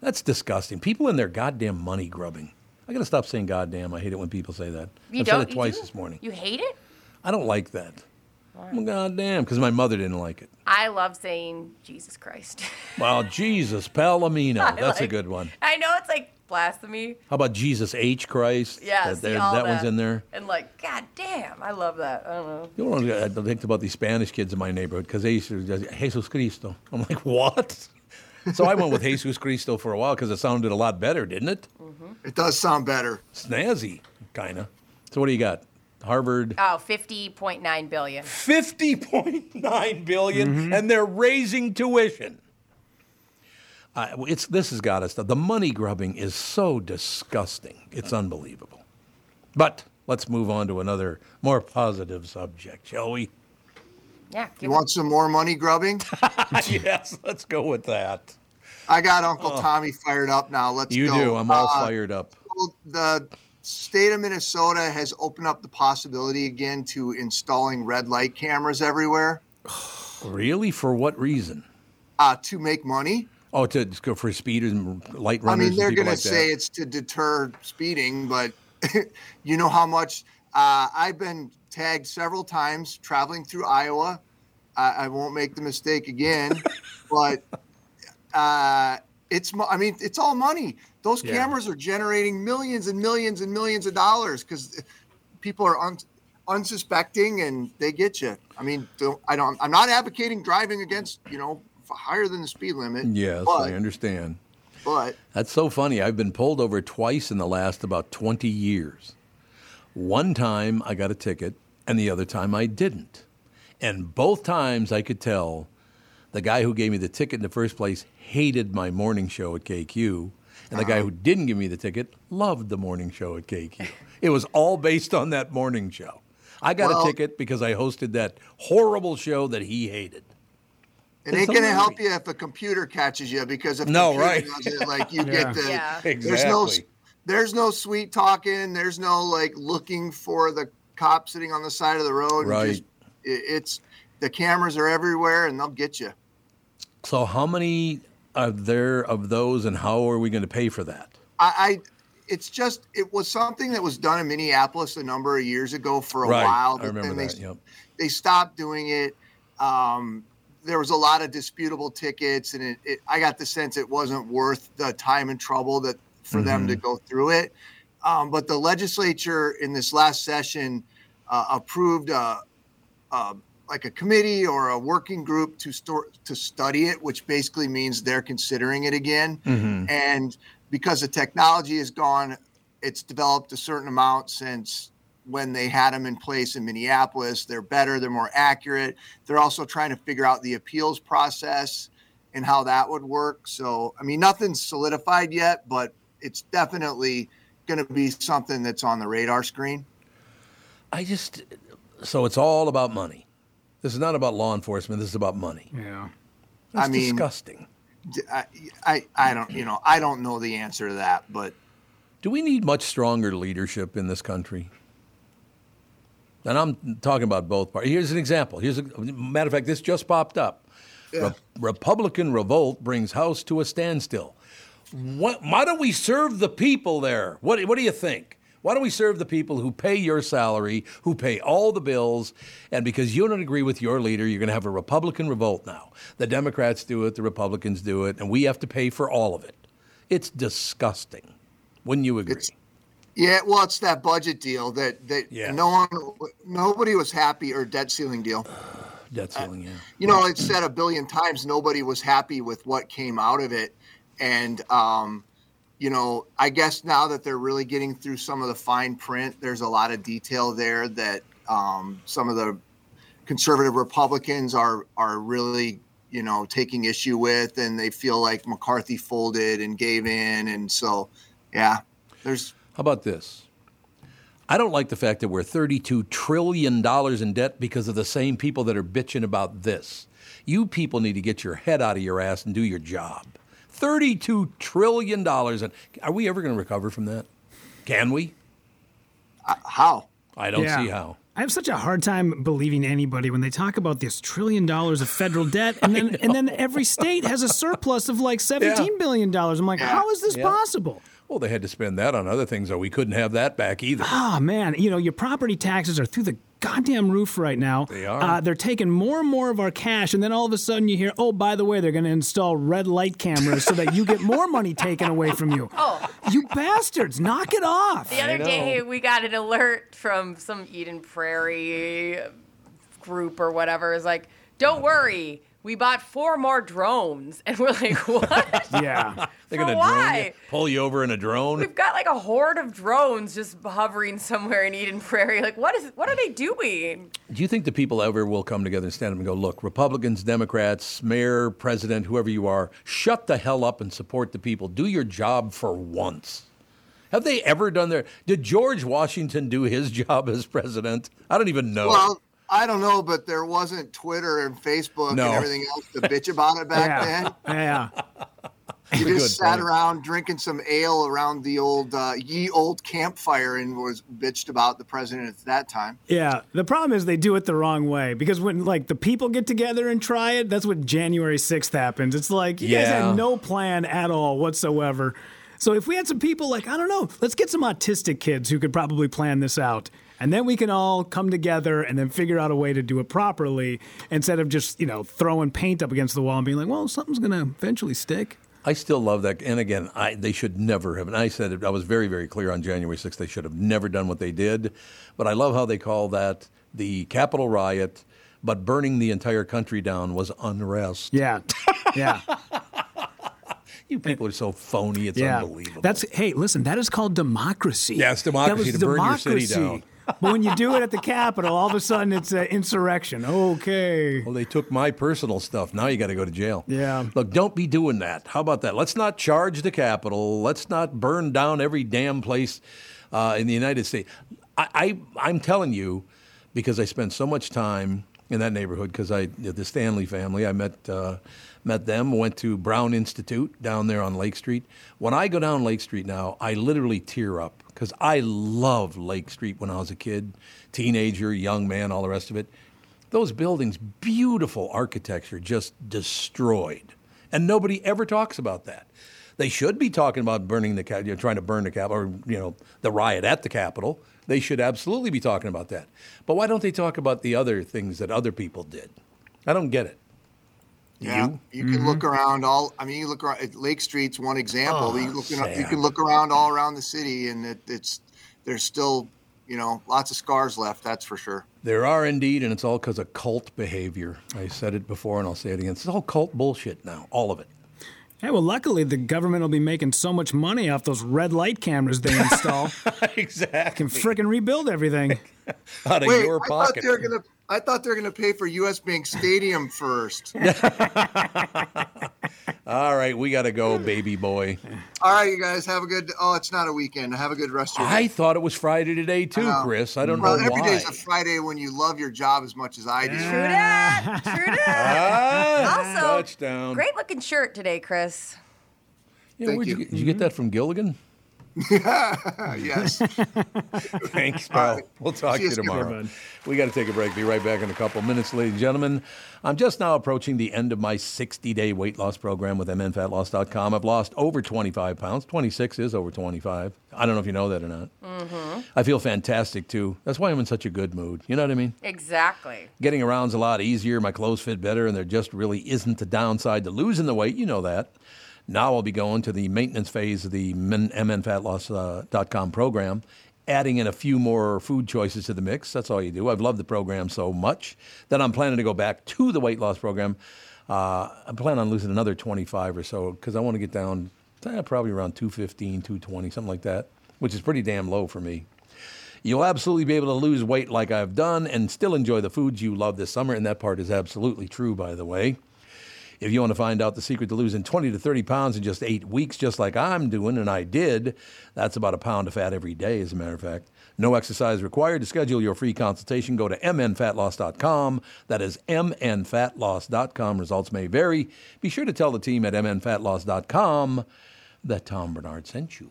Speaker 3: That's disgusting. People and their goddamn money grubbing. I got to stop saying goddamn. I hate it when people say that.
Speaker 2: You
Speaker 3: I've
Speaker 2: don't.
Speaker 3: said it
Speaker 2: you
Speaker 3: twice
Speaker 2: do?
Speaker 3: this morning.
Speaker 2: You hate it?
Speaker 3: I don't like that. Well, goddamn, because my mother didn't like it.
Speaker 2: I love saying Jesus Christ.
Speaker 3: Wow, Jesus, Palomino.
Speaker 2: I
Speaker 3: Oh, That's a
Speaker 2: like-
Speaker 3: good one.
Speaker 2: I know it's like blasphemy.
Speaker 3: How about Jesus H. Christ?
Speaker 2: Yeah,
Speaker 3: that,
Speaker 2: see
Speaker 3: there-
Speaker 2: all
Speaker 3: that one's in there.
Speaker 2: And like, god damn, I love that. I don't know.
Speaker 3: You know what I think about these Spanish kids in my neighborhood because they used to just, Jesus Cristo. I'm like, what? So I went with Jesus Cristo for a while because it sounded a lot better, didn't it?
Speaker 2: Mm.
Speaker 6: It does sound better.
Speaker 3: Snazzy, kind of. So what do you got? Harvard,
Speaker 2: Oh, 50.9 billion.
Speaker 3: fifty
Speaker 6: Mm-hmm.
Speaker 3: and they're raising tuition. I it's this has got us. The money grubbing is so disgusting. It's unbelievable. But let's move on to another more positive subject, shall we?
Speaker 2: Yeah.
Speaker 6: You
Speaker 2: give
Speaker 6: want some more money grubbing?
Speaker 3: yes, let's go with that.
Speaker 6: I got Uncle Tommy fired up now. Let's
Speaker 3: Oh. You
Speaker 6: go.
Speaker 3: do. I'm all
Speaker 6: Uh,
Speaker 3: fired up.
Speaker 6: Well, the state of Minnesota has opened up the possibility again to installing red light cameras everywhere.
Speaker 3: Really? For what reason?
Speaker 6: uh, to make money.
Speaker 3: Oh, to to go for speeders and light
Speaker 6: I
Speaker 3: runners.
Speaker 6: mean, they're
Speaker 3: and people
Speaker 6: going
Speaker 3: like
Speaker 6: to say
Speaker 3: that.
Speaker 6: it's to deter speeding, but you know how much uh, I've been tagged several times traveling through Iowa. I, I won't make the mistake again, but uh, it's, mo- I mean, it's all money. Those
Speaker 3: Yeah.
Speaker 6: cameras are generating millions and millions and millions of dollars because people are un- unsuspecting and they get you. I mean, don't, I don't, I'm not advocating driving against, you know, f- higher than the speed limit.
Speaker 3: Yes, I
Speaker 6: but,
Speaker 3: understand.
Speaker 6: but
Speaker 3: That's so funny. I've been pulled over twice in the last about 20 years. One time I got a ticket, and the other time I didn't. And both times I could tell the guy who gave me the ticket in the first place hated my morning show at KQ, and the guy who didn't give me the ticket loved the morning show at KQ. it was all based on that morning show. I got
Speaker 6: Well-
Speaker 3: a ticket because I hosted that horrible show that he hated.
Speaker 6: It
Speaker 3: It's
Speaker 6: ain't gonna
Speaker 3: hilarious.
Speaker 6: help you if a computer catches you because if
Speaker 3: No,
Speaker 6: computer
Speaker 3: right.
Speaker 6: does it, like you
Speaker 5: Yeah.
Speaker 6: get the
Speaker 2: Yeah.
Speaker 6: there's no
Speaker 3: Exactly.
Speaker 6: there's no sweet talking, there's no like looking for the cop sitting on the side of the road. You
Speaker 3: Right.
Speaker 6: Just, it, it's the cameras are everywhere and they'll get you.
Speaker 3: So, how many are there of those, and how are we going to pay for that?
Speaker 6: I, I it's just it was something that was done in Minneapolis a number of years ago for a
Speaker 3: Right,
Speaker 6: while.
Speaker 3: I remember
Speaker 6: then
Speaker 3: that,
Speaker 6: They,
Speaker 3: yep.
Speaker 6: they stopped doing it. Um, there was a lot of disputable tickets, and it, it, I got the sense it wasn't worth the time and trouble that for them to go through it. Um, but the legislature in this last session uh, approved a, a like a committee or a working group to store to study it, which basically means they're considering it again. And because the technology is gone, it's developed a certain amount since when they had them in place in Minneapolis. They're better, they're more accurate. They're also trying to figure out the appeals process and how that would work. So, I mean, nothing's solidified yet, but it's definitely going to be something that's on the radar screen.
Speaker 3: I just so it's all about money. This is not about law enforcement. This is about money.
Speaker 5: Yeah.
Speaker 3: That's
Speaker 6: I mean-
Speaker 3: disgusting.
Speaker 6: I, I, I don't, you know, I don't know the answer to that, but
Speaker 3: Do we need much stronger leadership in this country? And I'm talking about both parties. Here's an example. Here's a matter of fact. This just popped up. Re- Republican revolt brings House to a standstill. What, why don't we serve the people there? What, what do you think? Why don't we serve the people who pay your salary, who pay all the bills, and because you don't agree with your leader, you're going to have a Republican revolt now. The Democrats do it, the Republicans do it, and we have to pay for all of it. It's disgusting. Wouldn't you agree?
Speaker 6: It's- Yeah, well, it's that budget deal that that
Speaker 3: Yeah.
Speaker 6: no one, nobody was happy or debt ceiling deal.
Speaker 3: Debt ceiling, yeah.
Speaker 6: You know, it's said a billion times. Nobody was happy with what came out of it, and um, you know, I guess now that they're really getting through some of the fine print, there's a lot of detail there that um, some of the conservative Republicans are are really you know taking issue with, and they feel like McCarthy folded and gave in, and so yeah, there's
Speaker 3: How about this? I don't like the fact that we're $32 trillion in debt because of the same people that are bitching about this. You people need to get your head out of your ass and do your job. $32 trillion. And are we ever going to recover from that? Can we?
Speaker 6: uh, how.
Speaker 3: I don't
Speaker 5: Yeah.
Speaker 3: see how.
Speaker 5: I have such a hard time believing anybody when they talk about this trillion dollars of federal debt, and then and then every state has a surplus of like seventeen billion dollars. I'm like, how is this possible?
Speaker 3: Well, they had to spend that on other things, or we couldn't have that back either.
Speaker 5: Oh man, you know your property taxes are through the goddamn roof right now. They
Speaker 3: are.
Speaker 5: Uh, they're taking more and more of our cash, and then all of a sudden you hear, oh, by the way, they're going to install red light cameras so that you get more money taken away from you. Oh, you bastards! Knock it off.
Speaker 2: The other day, we got an alert from some Eden Prairie group or whatever. It's like, don't worry, we bought four more drones. And we're like, what?
Speaker 5: Yeah.
Speaker 3: They're
Speaker 2: for
Speaker 3: gonna drone you,
Speaker 2: why?
Speaker 3: pull you over in a drone.
Speaker 2: We've got like a horde of drones just hovering somewhere in Eden Prairie. Like, what is? What are they doing?
Speaker 3: Do you think the people ever will come together and stand up and go, look, Republicans, Democrats, mayor, president, whoever you are, shut the hell up and support the people. Do your job for once. Have they ever done their? Did George Washington do his job as president? I don't even know.
Speaker 6: Well, I don't know, but there wasn't Twitter and Facebook
Speaker 3: No.
Speaker 6: and everything else to bitch about it back
Speaker 5: yeah.
Speaker 6: then.
Speaker 5: Yeah.
Speaker 6: You
Speaker 3: Good
Speaker 6: just sat
Speaker 3: point.
Speaker 6: around drinking some ale around the old uh, ye old campfire and was bitched about the president at that time.
Speaker 5: Yeah, the problem is they do it the wrong way because when like the people get together and try it, that's what January 6th happens. It's like you guys
Speaker 3: Yeah.
Speaker 5: had no plan at all whatsoever. So if we had some people like, I don't know, let's get some autistic kids who could probably plan this out. And then we can all come together and then figure out a way to do it properly instead of just, you know, throwing paint up against the wall and being like, well, something's going to eventually stick.
Speaker 3: I still love that. And again, I, they should never have. And I said it, I was very, very clear on January 6th. They should have never done what they did. But I love how they call that the Capitol riot. But burning the entire country down was unrest.
Speaker 5: Yeah. Yeah.
Speaker 3: You people are so phony. It's
Speaker 5: Yeah.
Speaker 3: unbelievable.
Speaker 5: That's hey, listen, that is called democracy.
Speaker 3: Yeah, it's democracy
Speaker 5: That was
Speaker 3: to burn your city
Speaker 5: democracy. but when you do it at the Capitol, all of a sudden it's an insurrection. Okay.
Speaker 3: Well, they took my personal stuff. Now you got to go to jail.
Speaker 5: Yeah.
Speaker 3: Look, don't be doing that. How about that? Let's not charge the Capitol. Let's not burn down every damn place uh, in the United States. I, I, I'm telling you, because I spent so much time in that neighborhood, because I the Stanley family, I met uh, met them, went to Brown Institute down there on Lake Street. When I go down Lake Street now, I literally tear up because I love Lake Street when I was a kid, teenager, young man, all the rest of it those buildings, beautiful architecture, just destroyed. And nobody ever talks about that. They should be talking about burning the Capitol, you know, trying to burn the Capitol, or you know, the riot at the Capitol. They should absolutely be talking about that. But why don't they talk about the other things that other people did? I don't get it.
Speaker 6: Yeah, you, can look around all. I mean, you look around. Lake Street's one
Speaker 3: Oh,
Speaker 6: example. but you look. You
Speaker 3: Sam.
Speaker 6: can look around all around the city, and it, it's there's still you know lots of scars left. That's for sure.
Speaker 3: There are indeed, and it's all because of cult behavior. I said it before, and I'll say it again. It's all cult bullshit now, all of it.
Speaker 5: Hey, well, luckily the government will be making so much money off those red light cameras they install.
Speaker 3: exactly.
Speaker 5: can frickin' rebuild everything.
Speaker 3: Out of
Speaker 6: Wait,
Speaker 3: your
Speaker 6: I thought
Speaker 3: pocket.
Speaker 6: they were gonna. I thought they were gonna pay for U.S. Bank Stadium first.
Speaker 3: All right, we got to go, baby boy.
Speaker 6: All right, you guys have a good. Oh, it's not a weekend. Have a good rest of your
Speaker 3: I
Speaker 6: day.
Speaker 3: thought it was Friday today too, Chris. I don't
Speaker 6: Well,
Speaker 3: know
Speaker 6: every
Speaker 3: why.
Speaker 6: day's a Friday when you love your job as much as I do.
Speaker 2: True that. True that.
Speaker 3: Ah,
Speaker 2: Also,
Speaker 3: touchdown.
Speaker 2: Great looking shirt today, Chris.
Speaker 3: Yeah,
Speaker 6: Thank
Speaker 3: where'd you,
Speaker 6: you.
Speaker 3: get- did you get that from Gilligan?
Speaker 6: Yes.
Speaker 3: Thanks, pal. We'll talk to you
Speaker 6: See you
Speaker 3: tomorrow.
Speaker 5: soon.
Speaker 3: We got to take a break. Be right back in a couple minutes, ladies and gentlemen. I'm just now approaching the end of my 60 day weight loss program with MNFatLoss.com. I've lost over 25 pounds. 26 is over 25. I don't know if you know that or not.
Speaker 6: Mm-hmm.
Speaker 3: I feel fantastic too. That's why I'm in such a good mood. You know what I mean?
Speaker 2: Exactly.
Speaker 3: Getting around's a lot easier. My clothes fit better, and there just really isn't a downside to losing the weight. You know that. Now I'll be going to the maintenance phase of the min- MNFatLoss.com uh, program, adding in a few more food choices to the mix. That's all you do. I've loved the program so much that I'm planning to go back to the weight loss program. Uh, I plan on losing another 25 or so because I want to get down eh, probably around 215, 220, something like that, which is pretty damn low for me. You'll absolutely be able to lose weight like I've done and still enjoy the foods you love this summer. And that part is absolutely true, by the way. If you want to find out the secret to losing 20 to 30 pounds in just eight weeks, just like I'm doing, and I did, that's about a pound of fat every day, as a matter of fact. No exercise required. To schedule your free consultation, go to mnfatloss.com. That is mnfatloss.com. Results may vary. Be sure to tell the team at mnfatloss.com that Tom Bernard sent you.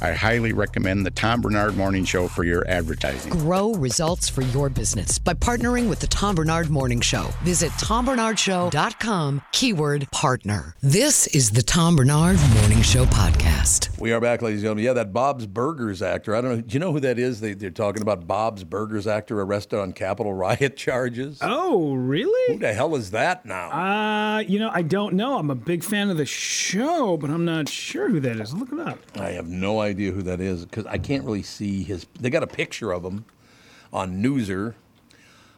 Speaker 7: I highly recommend the Tom Bernard Morning Show for your advertising.
Speaker 1: Grow results for your business by partnering with the Tom Bernard Morning Show. Visit tombernardshow.com keyword partner. This is the Tom Bernard Morning Show podcast.
Speaker 3: We are back, ladies and gentlemen. Yeah, that Bob's Burgers actor. I don't know. Do you know who that is? They, they're talking about Bob's Burgers actor arrested on capital riot charges.
Speaker 5: Oh,
Speaker 3: Who
Speaker 5: really?
Speaker 3: the hell is that now?
Speaker 5: Uh, you know, I don't know. I'm a big fan of the show, but I'm not sure who that is. Look it up.
Speaker 3: I have no idea who that is because I can't really see his. They got a picture of him on Newser.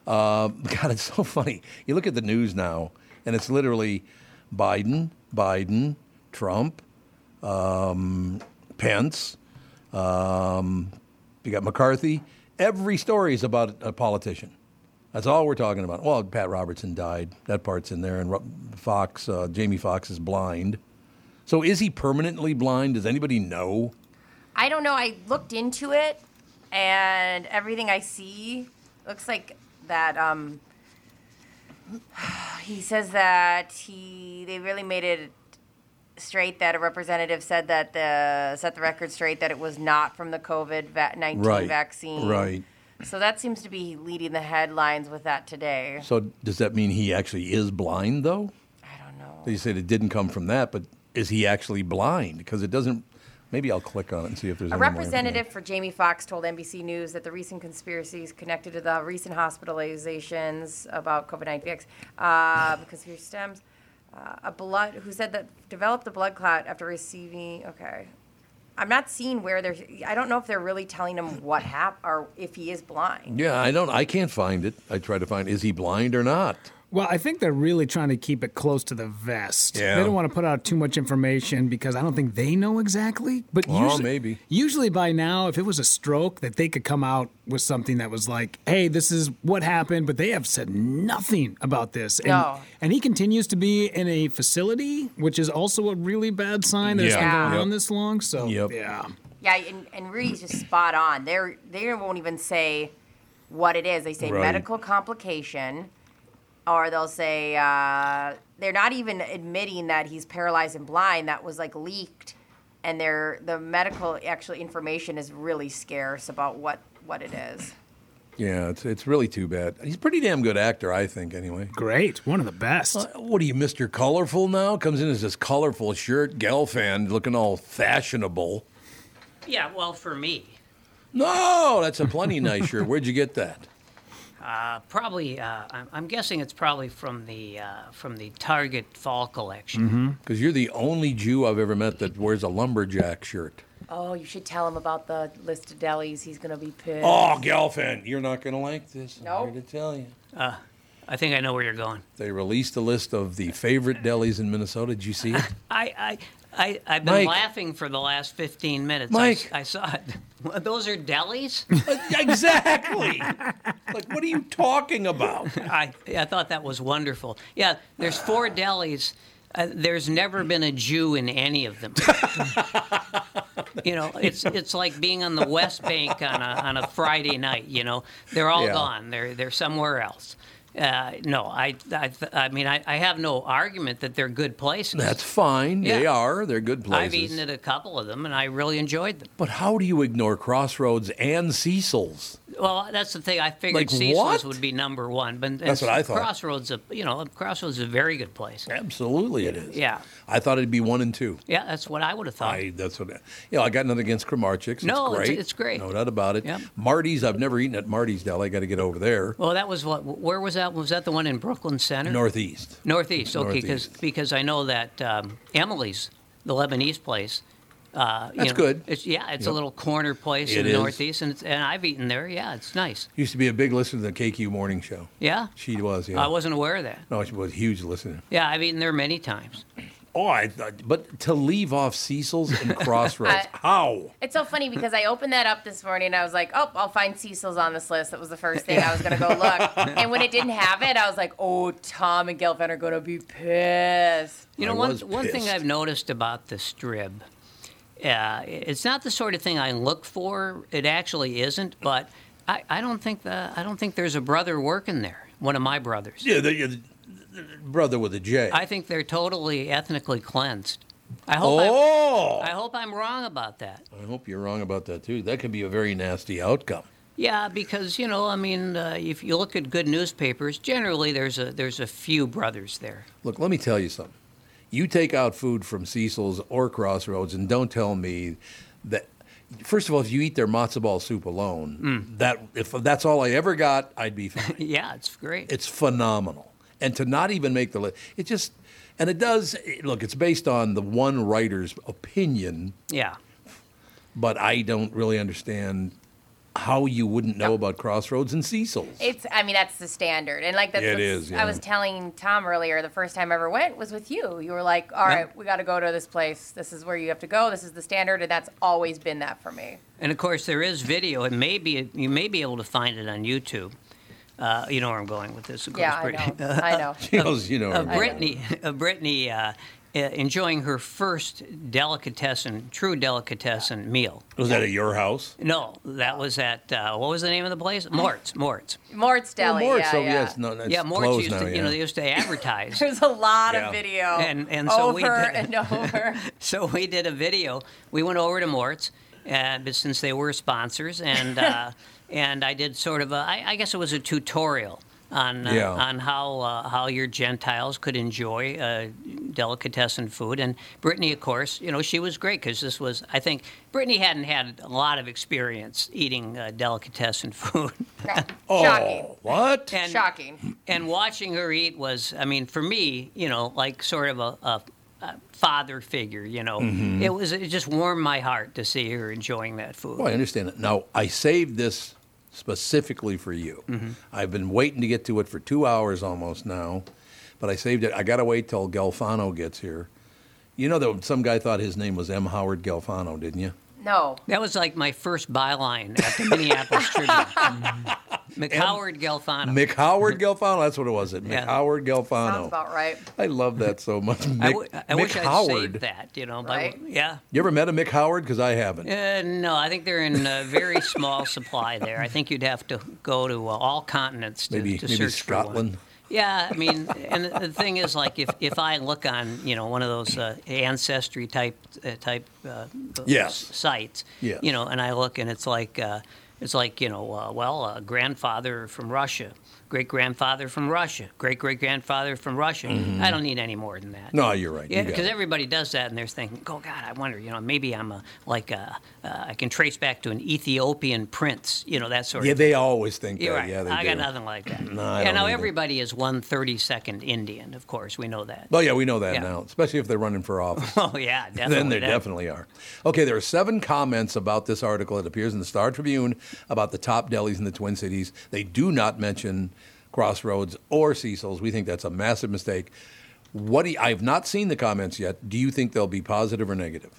Speaker 3: Uh, God, it's so funny. You look at the news now, and it's literally Biden, Biden, Trump, um, Pence. Um, you got McCarthy. Every story is about a politician. That's all we're talking about. Well, Pat Robertson died. That part's in there, and Ro- Fox, uh, Jamie Fox is blind. So is he permanently blind? Does anybody know?
Speaker 2: I don't know. I looked into it, and everything I see looks like that. Um, he says that he they really made it straight that a representative said that the set the record straight that it was not from the COVID va- nineteen
Speaker 3: Right.
Speaker 2: vaccine.
Speaker 3: Right.
Speaker 2: So that seems to be leading the headlines with that today.
Speaker 3: So does that mean he actually is blind though?
Speaker 2: I don't
Speaker 3: They
Speaker 2: know.
Speaker 3: said it didn't come from that, but is he actually blind? Because it doesn't. Maybe I'll click on it and see if there's
Speaker 2: A
Speaker 3: any more information.
Speaker 2: representative for Jamie Foxx told NBC News that the recent conspiracies connected to the recent hospitalizations about COVID 19 uh, because here stems uh, a blood who said that developed a blood clot after receiving. Okay, I'm not seeing where they're. I don't know if they're really telling him what happened or if he is blind.
Speaker 3: Yeah, I don't. I can't find it. I try to find. Is he blind or not?
Speaker 5: Well, I think they're really trying to keep it close to the vest.
Speaker 3: Yeah.
Speaker 5: They don't want to put out too much information because I don't think they know exactly. But
Speaker 3: Well,
Speaker 5: usually,
Speaker 3: maybe.
Speaker 5: usually by now, if it was a stroke, that they could come out with something that was like, "Hey, this is what happened," but they have said nothing about this. And,
Speaker 2: No.
Speaker 5: and he continues to be in a facility, which is also a really bad sign that it's been
Speaker 2: Yeah.
Speaker 5: going on
Speaker 3: Yep.
Speaker 5: this long. So
Speaker 3: Yep.
Speaker 5: yeah,
Speaker 2: Yeah, and, and Rudy's just spot on. They're, they won't even say what it is. They say
Speaker 3: Right.
Speaker 2: medical complication, or they'll say uh, they're not even admitting that he's paralyzed and blind. That was like leaked, and they're, the medical actual information is really scarce about what, what it is.
Speaker 3: Yeah, it's it's really too bad. He's a pretty damn good actor, I think. Anyway,
Speaker 5: great, one of the best.
Speaker 3: Uh, what are you, Mister Colorful? Now comes in as this colorful shirt, Gelfand, looking all fashionable.
Speaker 8: Yeah, well, for me,
Speaker 3: No, that's a plenty nice shirt. Where'd you get that?
Speaker 8: uh, probably. Uh, I'm, I'm guessing it's probably from the uh, from the Target fall collection.
Speaker 3: Because you're the only Jew I've ever met that wears a lumberjack shirt.
Speaker 2: Oh, you should tell him about the list of delis. He's going to be pissed.
Speaker 3: Oh, Gelfand, you're not going to like this. I'm
Speaker 2: Nope.
Speaker 3: here to tell you.
Speaker 8: I think I know where you're going.
Speaker 3: They released a list of the favorite delis in Minnesota. Did you see it?
Speaker 8: I I, I I've been
Speaker 3: Mike.
Speaker 8: laughing for the last 15 minutes.
Speaker 3: Mike.
Speaker 8: I, s- I saw it. Well, Those are delis.
Speaker 3: exactly. like, what are you talking about?
Speaker 8: I I thought that was wonderful. Yeah, there's four delis. Uh, there's never been a Jew in any of them. you know, it's it's like being on the West Bank on a on a Friday night. You know, they're all
Speaker 3: Yeah.
Speaker 8: gone. They're they're somewhere else. Uh, no, I, I I mean I, I have no argument that they're good places.
Speaker 3: That's fine. They
Speaker 8: Yeah.
Speaker 3: are. They're good places.
Speaker 8: I've eaten at a couple of them and I really enjoyed them.
Speaker 3: But how do you ignore Crossroads and Cecil's?
Speaker 8: Well, that's the thing. I figured
Speaker 3: Like,
Speaker 8: Cecil's
Speaker 3: what?
Speaker 8: would be number one, but and
Speaker 3: That's what I thought.
Speaker 8: Crossroads, a, you know, Crossroads is a very good place.
Speaker 3: Absolutely, it is.
Speaker 8: Yeah.
Speaker 3: I thought it'd be one and two.
Speaker 8: Yeah, that's what I would have thought.
Speaker 3: I that's what. You know, I got nothing against Kramarchik's.
Speaker 8: No,
Speaker 3: it's
Speaker 8: it's-
Speaker 3: great.
Speaker 8: it's great.
Speaker 3: No doubt about it.
Speaker 8: Yep.
Speaker 3: Marty's. I've never eaten at Marty's. Deli. I got to get over there.
Speaker 8: Well, that was what? Where was that? Was that the one in Brooklyn Center?
Speaker 3: Northeast.
Speaker 8: Northeast. Okay, because
Speaker 3: Northeast.
Speaker 8: because I know that um, Emily's, the Lebanese place. Uh, you
Speaker 3: That's
Speaker 8: know,
Speaker 3: good.
Speaker 8: It's, yeah, it's
Speaker 3: Yep.
Speaker 8: a little corner place
Speaker 3: It
Speaker 8: in the
Speaker 3: is.
Speaker 8: Northeast, and it's, and I've eaten there. Yeah, it's nice.
Speaker 3: Used to be a big listener to the KQ morning show.
Speaker 8: Yeah,
Speaker 3: She was. Yeah.
Speaker 8: I wasn't aware of that.
Speaker 3: No, she was a huge listener.
Speaker 8: Yeah, I've eaten there many times.
Speaker 3: Oh, I, I- but to leave off Cecil's and Crossroads,
Speaker 2: I-
Speaker 3: how?
Speaker 2: It's so funny because I opened that up this morning and I was like, oh, I'll find Cecil's on this list. That was the first thing I was going to go look. and when it didn't have it, I was like, oh, Tom and Gelfand are going to be pissed.
Speaker 8: You know,
Speaker 3: I
Speaker 8: one
Speaker 3: was
Speaker 8: one thing
Speaker 3: pissed.
Speaker 8: I've noticed about the strib, uh, it's not the sort of thing I look for. It actually isn't, but I, I don't think the I don't think there's a brother working there. One of my brothers.
Speaker 3: Yeah, the, the, the brother with a J.
Speaker 8: I think they're totally ethnically cleansed. I hope.
Speaker 3: oh,
Speaker 8: I'm, I hope I'm wrong about that.
Speaker 3: I hope you're wrong about that too. That could be a very nasty outcome.
Speaker 8: Yeah, because you know, I mean, uh, if you look at good newspapers, generally there's a there's a few brothers there.
Speaker 3: Look, let me tell you something. You take out food from Cecil's or Crossroads, and don't tell me that. First of all, if you eat their matzo ball soup alone, that if that's all I ever got, I'd be fine.
Speaker 8: Yeah, it's great.
Speaker 3: It's phenomenal. And to not even make the list, it just, and it does, it- look, it's based on the one writer's opinion,
Speaker 8: yeah.
Speaker 3: but I don't really understand how you wouldn't know about Crossroads and Cecil's.
Speaker 2: It's, I mean, that's the standard. And like, that's
Speaker 3: It
Speaker 2: what
Speaker 3: is, yeah.
Speaker 2: I was telling Tom earlier, the first time I ever went was with you. You were like, all
Speaker 8: Yeah.
Speaker 2: right, we got to go to this place. This is where you have to go. This is the standard. And that's always been that for me.
Speaker 8: And of course, there is video. It may be you may be able to find it on YouTube. Uh, you know where I'm going with this. Of course,
Speaker 2: Yeah, I
Speaker 8: Brittany.
Speaker 2: know. I know.
Speaker 3: She goes, you know.
Speaker 8: Uh,
Speaker 3: everybody.
Speaker 8: Brittany, uh, Brittany uh, uh, enjoying her first delicatessen, true delicatessen meal.
Speaker 3: Was that at your house?
Speaker 8: No, that was at uh, what was the name of the place? Mort's. Mort's.
Speaker 2: Mort's Deli.
Speaker 3: Mort's,
Speaker 2: yeah,
Speaker 3: oh,
Speaker 2: yeah.
Speaker 3: yes, no, it's
Speaker 8: yeah, Mort's
Speaker 3: closed
Speaker 8: used
Speaker 3: now,
Speaker 8: to, you
Speaker 3: yeah.
Speaker 8: know, they used to advertise.
Speaker 2: There's a lot
Speaker 3: Yeah.
Speaker 2: of video.
Speaker 8: And- and so
Speaker 2: over
Speaker 8: we did-
Speaker 2: and over.
Speaker 8: so we did a video. We went over to Mort's, uh, but since they were sponsors, and uh, and I did sort of a, I, I guess it was a tutorial on uh,
Speaker 3: Yeah.
Speaker 8: on how uh, how your Gentiles could enjoy uh, delicatessen food. And Brittany, of course, you know she was great because this was I think Brittany hadn't had a lot of experience eating uh, delicatessen food.
Speaker 3: Oh,
Speaker 2: Shocking.
Speaker 3: what?
Speaker 8: And-
Speaker 2: Shocking.
Speaker 8: and watching her eat was, I mean, for me, you know, like sort of a, a, a father figure. You know,
Speaker 3: Mm-hmm.
Speaker 8: it was it just warmed my heart to see her enjoying that food.
Speaker 3: Well, I understand it. Now, I saved this specifically for you.
Speaker 8: Mm-hmm.
Speaker 3: I've been waiting to get to it for two hours almost now, but I saved it. I got to wait till Galfano gets here. You know that some guy thought his name was M. Howard Galfano, didn't you?
Speaker 2: No.
Speaker 8: That was like my first byline at the Minneapolis Tribune. McHoward Gelfano.
Speaker 3: Mick Howard Galfano. That's what it was. It Mick
Speaker 8: Yeah.
Speaker 3: Howard Galfano.
Speaker 2: Sounds about right.
Speaker 3: I love that so much. Mick,
Speaker 8: I, w- I
Speaker 3: Mick
Speaker 8: wish I'd
Speaker 3: Howard.
Speaker 8: saved that, you know. By,
Speaker 2: Right?
Speaker 8: Yeah.
Speaker 3: You ever met a Mick Howard? Because I haven't.
Speaker 8: Uh, no, I think they're in uh, very small supply there. I think you'd have to go to uh, all continents to,
Speaker 3: Maybe-
Speaker 8: to
Speaker 3: maybe
Speaker 8: search for one.
Speaker 3: Scotland.
Speaker 8: Yeah, I mean, and the- the thing is, like, if, if I look on, you know, one of those uh, ancestry type uh, type uh,
Speaker 3: Yes.
Speaker 8: sites,
Speaker 3: Yes.
Speaker 8: you know, and I look and it's like uh, it's like you know, uh, well, uh, grandfather from Russia, great grandfather from Russia, great great grandfather from Russia. I don't need any more than that.
Speaker 3: Mm-hmm. No, you're right. You
Speaker 8: Yeah,
Speaker 3: got
Speaker 8: because
Speaker 3: it.
Speaker 8: everybody does that, and they're thinking, "Oh God, I wonder. You know, maybe I'm a like a, uh, I can trace back to an Ethiopian prince. You know, that sort
Speaker 3: Yeah,
Speaker 8: of." thing.
Speaker 3: they always think
Speaker 8: You're
Speaker 3: that.
Speaker 8: right.
Speaker 3: Yeah, they
Speaker 8: I
Speaker 3: do.
Speaker 8: got nothing like that.
Speaker 3: No, I
Speaker 8: yeah,
Speaker 3: don't
Speaker 8: now
Speaker 3: either.
Speaker 8: everybody is one thirty second Indian, of course. We know that.
Speaker 3: Well, yeah, we know that
Speaker 8: Yeah.
Speaker 3: now, especially if they're running for office.
Speaker 8: oh yeah, definitely.
Speaker 3: then there
Speaker 8: that-
Speaker 3: definitely are. Okay, there are seven comments about this article that appears in the Star Tribune about the top delis in the Twin Cities. They do not mention Crossroads or Cecil's. We think that's a massive mistake. What do you, I've not seen the comments yet. Do you think they'll be positive or negative?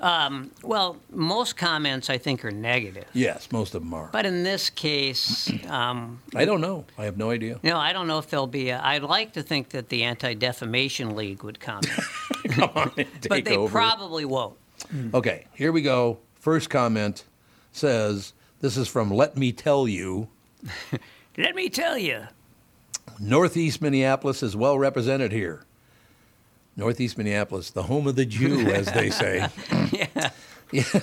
Speaker 8: Well, most comments I think are negative,
Speaker 3: Yes, most of them are.
Speaker 8: but in this case, um,
Speaker 3: I don't know. I have no idea.
Speaker 8: no, I don't know if there'll be. A, I'd like to think that the Anti Defamation League would comment,
Speaker 3: Come on, and take
Speaker 8: but they
Speaker 3: over.
Speaker 8: probably won't.
Speaker 3: Okay, here we go. First comment says this is from Let Me Tell You.
Speaker 8: Let me tell you,
Speaker 3: Northeast Minneapolis is well represented here. Northeast Minneapolis, the home of the Jew, as they say. yeah.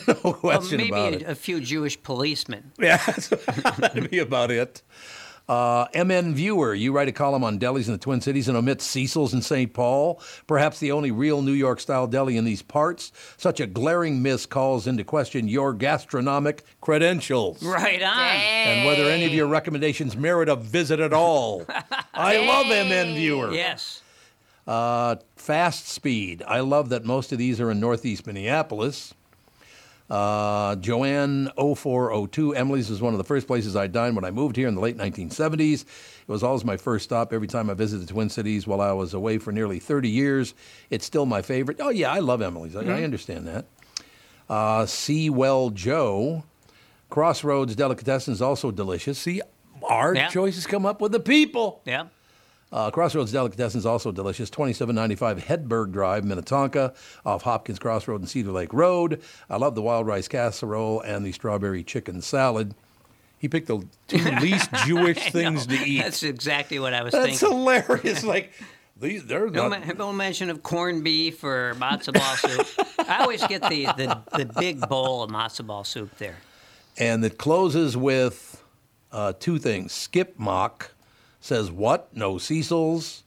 Speaker 3: no
Speaker 8: well,
Speaker 3: question
Speaker 8: maybe
Speaker 3: about
Speaker 8: a,
Speaker 3: it.
Speaker 8: a few Jewish policemen.
Speaker 3: Yeah, that'd be about it. Uh, MN Viewer, you write a column on delis in the Twin Cities and omit Cecil's in St. Paul, perhaps the only real New York style deli in these parts. Such a glaring miss calls into question your gastronomic credentials.
Speaker 8: Right on.
Speaker 3: And whether any of your recommendations merit a visit at all. I love MN Viewer.
Speaker 8: Yes.
Speaker 3: Uh, fast speed. I love that most of these are in Northeast Minneapolis. Uh, Joanne 0402. Emily's was one of the first places I dined when I moved here in the late 1970s. It was always my first stop every time I visited the Twin Cities while I was away for nearly 30 years. It's still my favorite. Oh, yeah, I love Emily's. I, I understand that. Uh, C. Well Joe. Crossroads Delicatessen is also delicious. See, our
Speaker 8: Yeah.
Speaker 3: choices come up with the people.
Speaker 8: Yeah.
Speaker 3: Uh, Crossroads Delicatessen is also delicious. 2795 Hedberg Drive, Minnetonka, off Hopkins Crossroad and Cedar Lake Road. I love the wild rice casserole and the strawberry chicken salad. He picked the two least Jewish things to eat.
Speaker 8: That's exactly what I was
Speaker 3: That's
Speaker 8: thinking.
Speaker 3: hilarious. like, these, they're
Speaker 8: No,
Speaker 3: not.
Speaker 8: ma- no mention of corned beef or matzo ball soup. I always get the, the, the big bowl of matzo ball soup there.
Speaker 3: and it closes with uh, two things. Skip Mock says, What? No Cecil's.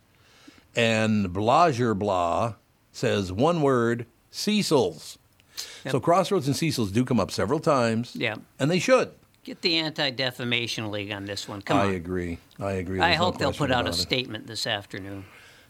Speaker 3: And Blager Blah says, One word, Cecil's. So Crossroads and Cecil's do come up several times.
Speaker 8: Yeah.
Speaker 3: And they should.
Speaker 8: Get the Anti Defamation League on this one. Come
Speaker 3: I
Speaker 8: on.
Speaker 3: agree. I agree.
Speaker 8: I
Speaker 3: There's no
Speaker 8: hope they'll
Speaker 3: question
Speaker 8: put out a
Speaker 3: about it. Mm.
Speaker 8: statement this afternoon.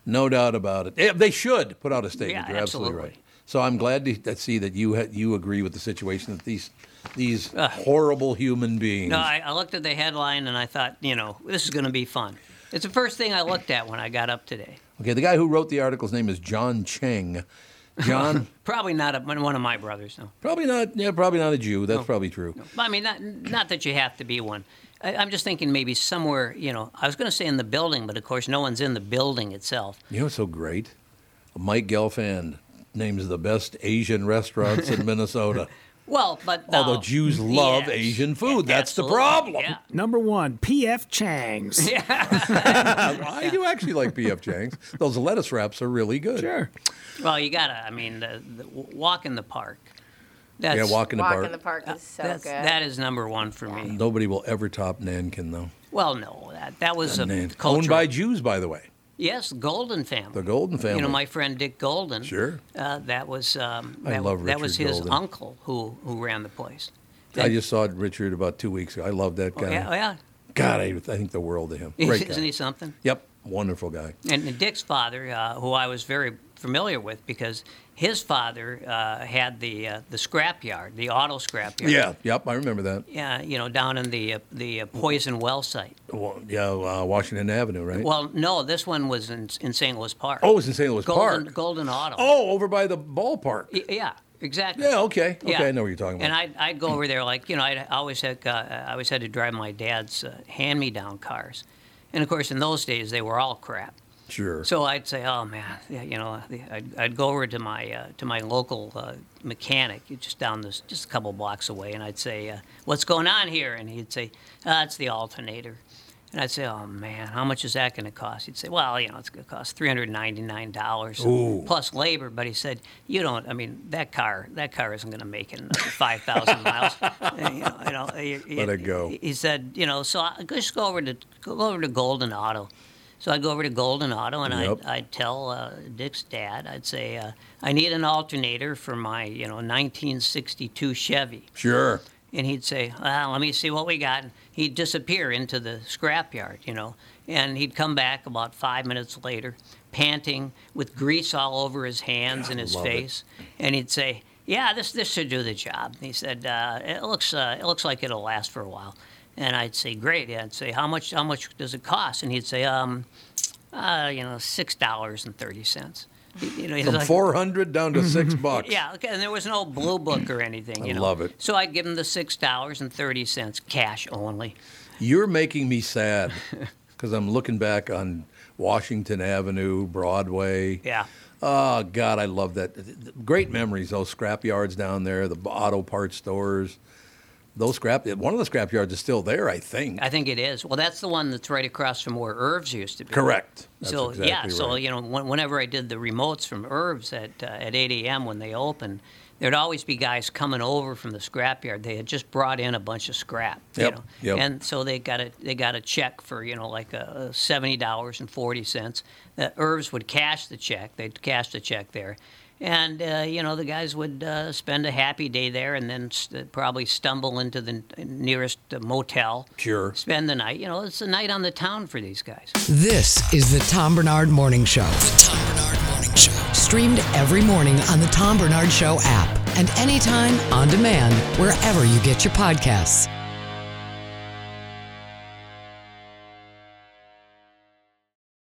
Speaker 3: No doubt about it. Eh, They should put out a statement.
Speaker 8: Yeah,
Speaker 3: You're absolutely,
Speaker 8: absolutely.
Speaker 3: right. So I'm glad to to see that you ha- you agree with the situation that these these horrible human beings.
Speaker 8: No, I, I looked at the headline and I thought, you know, this is going to be fun. It's the first thing I looked at when I got up today.
Speaker 3: Okay, the guy who wrote the article's name is John Cheng. John,
Speaker 8: Probably not a, one of my brothers, no.
Speaker 3: probably not. Yeah, probably not a Jew. That's probably true.
Speaker 8: I mean, not, not that you have to be one. I, I'm just thinking maybe somewhere, you know, I was going to say in the building, but of course, no one's in the building itself.
Speaker 3: You know what's so great? Mike Gelfand names the best Asian restaurants in Minnesota.
Speaker 8: Well, but
Speaker 3: Although
Speaker 8: now-
Speaker 3: Jews love
Speaker 8: Yes.
Speaker 3: Asian food, that's the
Speaker 8: Absolutely.
Speaker 3: problem.
Speaker 8: Yeah.
Speaker 5: Number one, P.F. Chang's.
Speaker 3: I do actually like P.F. Chang's. Those lettuce wraps are really good.
Speaker 5: Sure.
Speaker 8: Well, you gotta. I mean, the, the, w- walk in the park. That's,
Speaker 3: Yeah, walk in the
Speaker 2: Walk
Speaker 3: park.
Speaker 2: in the park is so
Speaker 8: that's,
Speaker 2: good.
Speaker 8: That is number one for me.
Speaker 3: Nobody will ever top Nankin, though.
Speaker 8: Well, no, that that was a
Speaker 3: Nan-
Speaker 8: culture.
Speaker 3: Owned by Jews, by the way.
Speaker 8: yes, Golden family.
Speaker 3: The Golden
Speaker 8: You
Speaker 3: family.
Speaker 8: know, my friend Dick Golden.
Speaker 3: Sure.
Speaker 8: Uh, that was. Um,
Speaker 3: I
Speaker 8: that,
Speaker 3: love
Speaker 8: That was
Speaker 3: Richard
Speaker 8: his
Speaker 3: Golden.
Speaker 8: uncle who who ran the place. Oh,
Speaker 3: I just saw Richard about two weeks ago. I love
Speaker 6: Oh,
Speaker 3: that guy.
Speaker 8: Yeah, yeah.
Speaker 3: God, I, I think the world of him. Great
Speaker 8: Isn't
Speaker 3: guy.
Speaker 8: he something?
Speaker 3: Yep, wonderful guy.
Speaker 8: And Dick's father, uh, who I was very familiar with, because his father uh, had the uh, the scrap yard, the auto scrap yard.
Speaker 3: Yeah, yep, I remember that.
Speaker 8: Yeah, you know, down in the uh, the uh, Poison Well site.
Speaker 3: Wa- Yeah, uh, Washington Avenue, right?
Speaker 8: Well, no, this one was in, in St. Louis Park.
Speaker 3: Oh, it was in St. Louis
Speaker 8: Golden,
Speaker 3: Park.
Speaker 8: Golden Auto.
Speaker 3: oh, over by the ballpark.
Speaker 8: Y- yeah, exactly.
Speaker 3: Yeah, okay, okay,
Speaker 8: Yeah.
Speaker 3: I know what you're talking about.
Speaker 8: And I'd, I'd go over there like you know I'd, I always had uh, I always had to drive my dad's uh, hand-me-down cars, and of course in those days they were all crap.
Speaker 3: sure.
Speaker 8: So I'd say, oh man, yeah, you know, I'd, I'd go over to my uh, to my local uh, mechanic just down this just a couple blocks away, and I'd say, uh, what's going on here? And he'd say, uh, it's the alternator. And I'd say, oh man, how much is that going to cost? He'd say, well, you know, it's going to cost three hundred ninety nine dollars plus labor. But he said, you don't. I mean, that car that car isn't going to make it another five thousand miles. And, you know, you know, he- he-
Speaker 3: Let it go.
Speaker 8: he said, you know, so I just go over to go over to Golden Auto. So I go over to Golden Auto and
Speaker 3: Yep.
Speaker 8: I I tell uh, Dick's dad, I'd say, uh, I need an alternator for my you know 1962 Chevy,
Speaker 3: sure.
Speaker 8: and he'd say, ah, let me see what we got. And he'd disappear into the scrapyard, you know, and he'd come back about five minutes later, panting with grease all over his hands and his
Speaker 3: love it.
Speaker 8: face, and he'd say. Yeah, this this should do the job. And he said, uh, "It looks uh, it looks like it'll last for a while." And I'd say, "Great." Yeah, I'd say, "How much how much does it cost?" And he'd say, "Um, uh, you know, six dollars and thirty cents. You know, he's
Speaker 3: From
Speaker 8: like-
Speaker 3: 400 down to six bucks.
Speaker 8: Yeah, okay, and there was no blue book or anything.
Speaker 3: I
Speaker 8: You know?
Speaker 3: love it.
Speaker 8: So I'd give him the six dollars and thirty cents cash only.
Speaker 3: You're making me sad because I'm looking back on Washington Avenue, Broadway.
Speaker 8: Yeah.
Speaker 3: Oh God, I love that. Great memories. Those scrap yards down there, the auto parts stores. Those scrap. One of the scrap yards is still there, I think.
Speaker 8: I think it is. Well, that's the one that's right across from where Irv's used to be.
Speaker 3: Correct. That's
Speaker 8: so
Speaker 3: exactly
Speaker 8: yeah, so
Speaker 3: right.
Speaker 8: you know, when, whenever I did the remotes from Irv's at uh, at 8 a.m. when they opened, there'd always be guys coming over from the scrapyard. They had just brought in a bunch of scrap,
Speaker 3: Yep,
Speaker 8: you know,
Speaker 3: yep.
Speaker 8: and so they got a they got a check for you know like a, seventy dollars and forty cents. Uh, Irv's would cash the check. They'd cash the check there. And uh, you know the guys would uh, spend a happy day there, and then st- probably stumble into the n- nearest motel.
Speaker 3: Sure.
Speaker 8: Spend the night. You know, it's a night on the town for these guys.
Speaker 1: This is the Tom Bernard Morning Show. The Tom Bernard Morning Show. Streamed every morning on the Tom Bernard Show app and anytime on demand wherever you get your podcasts.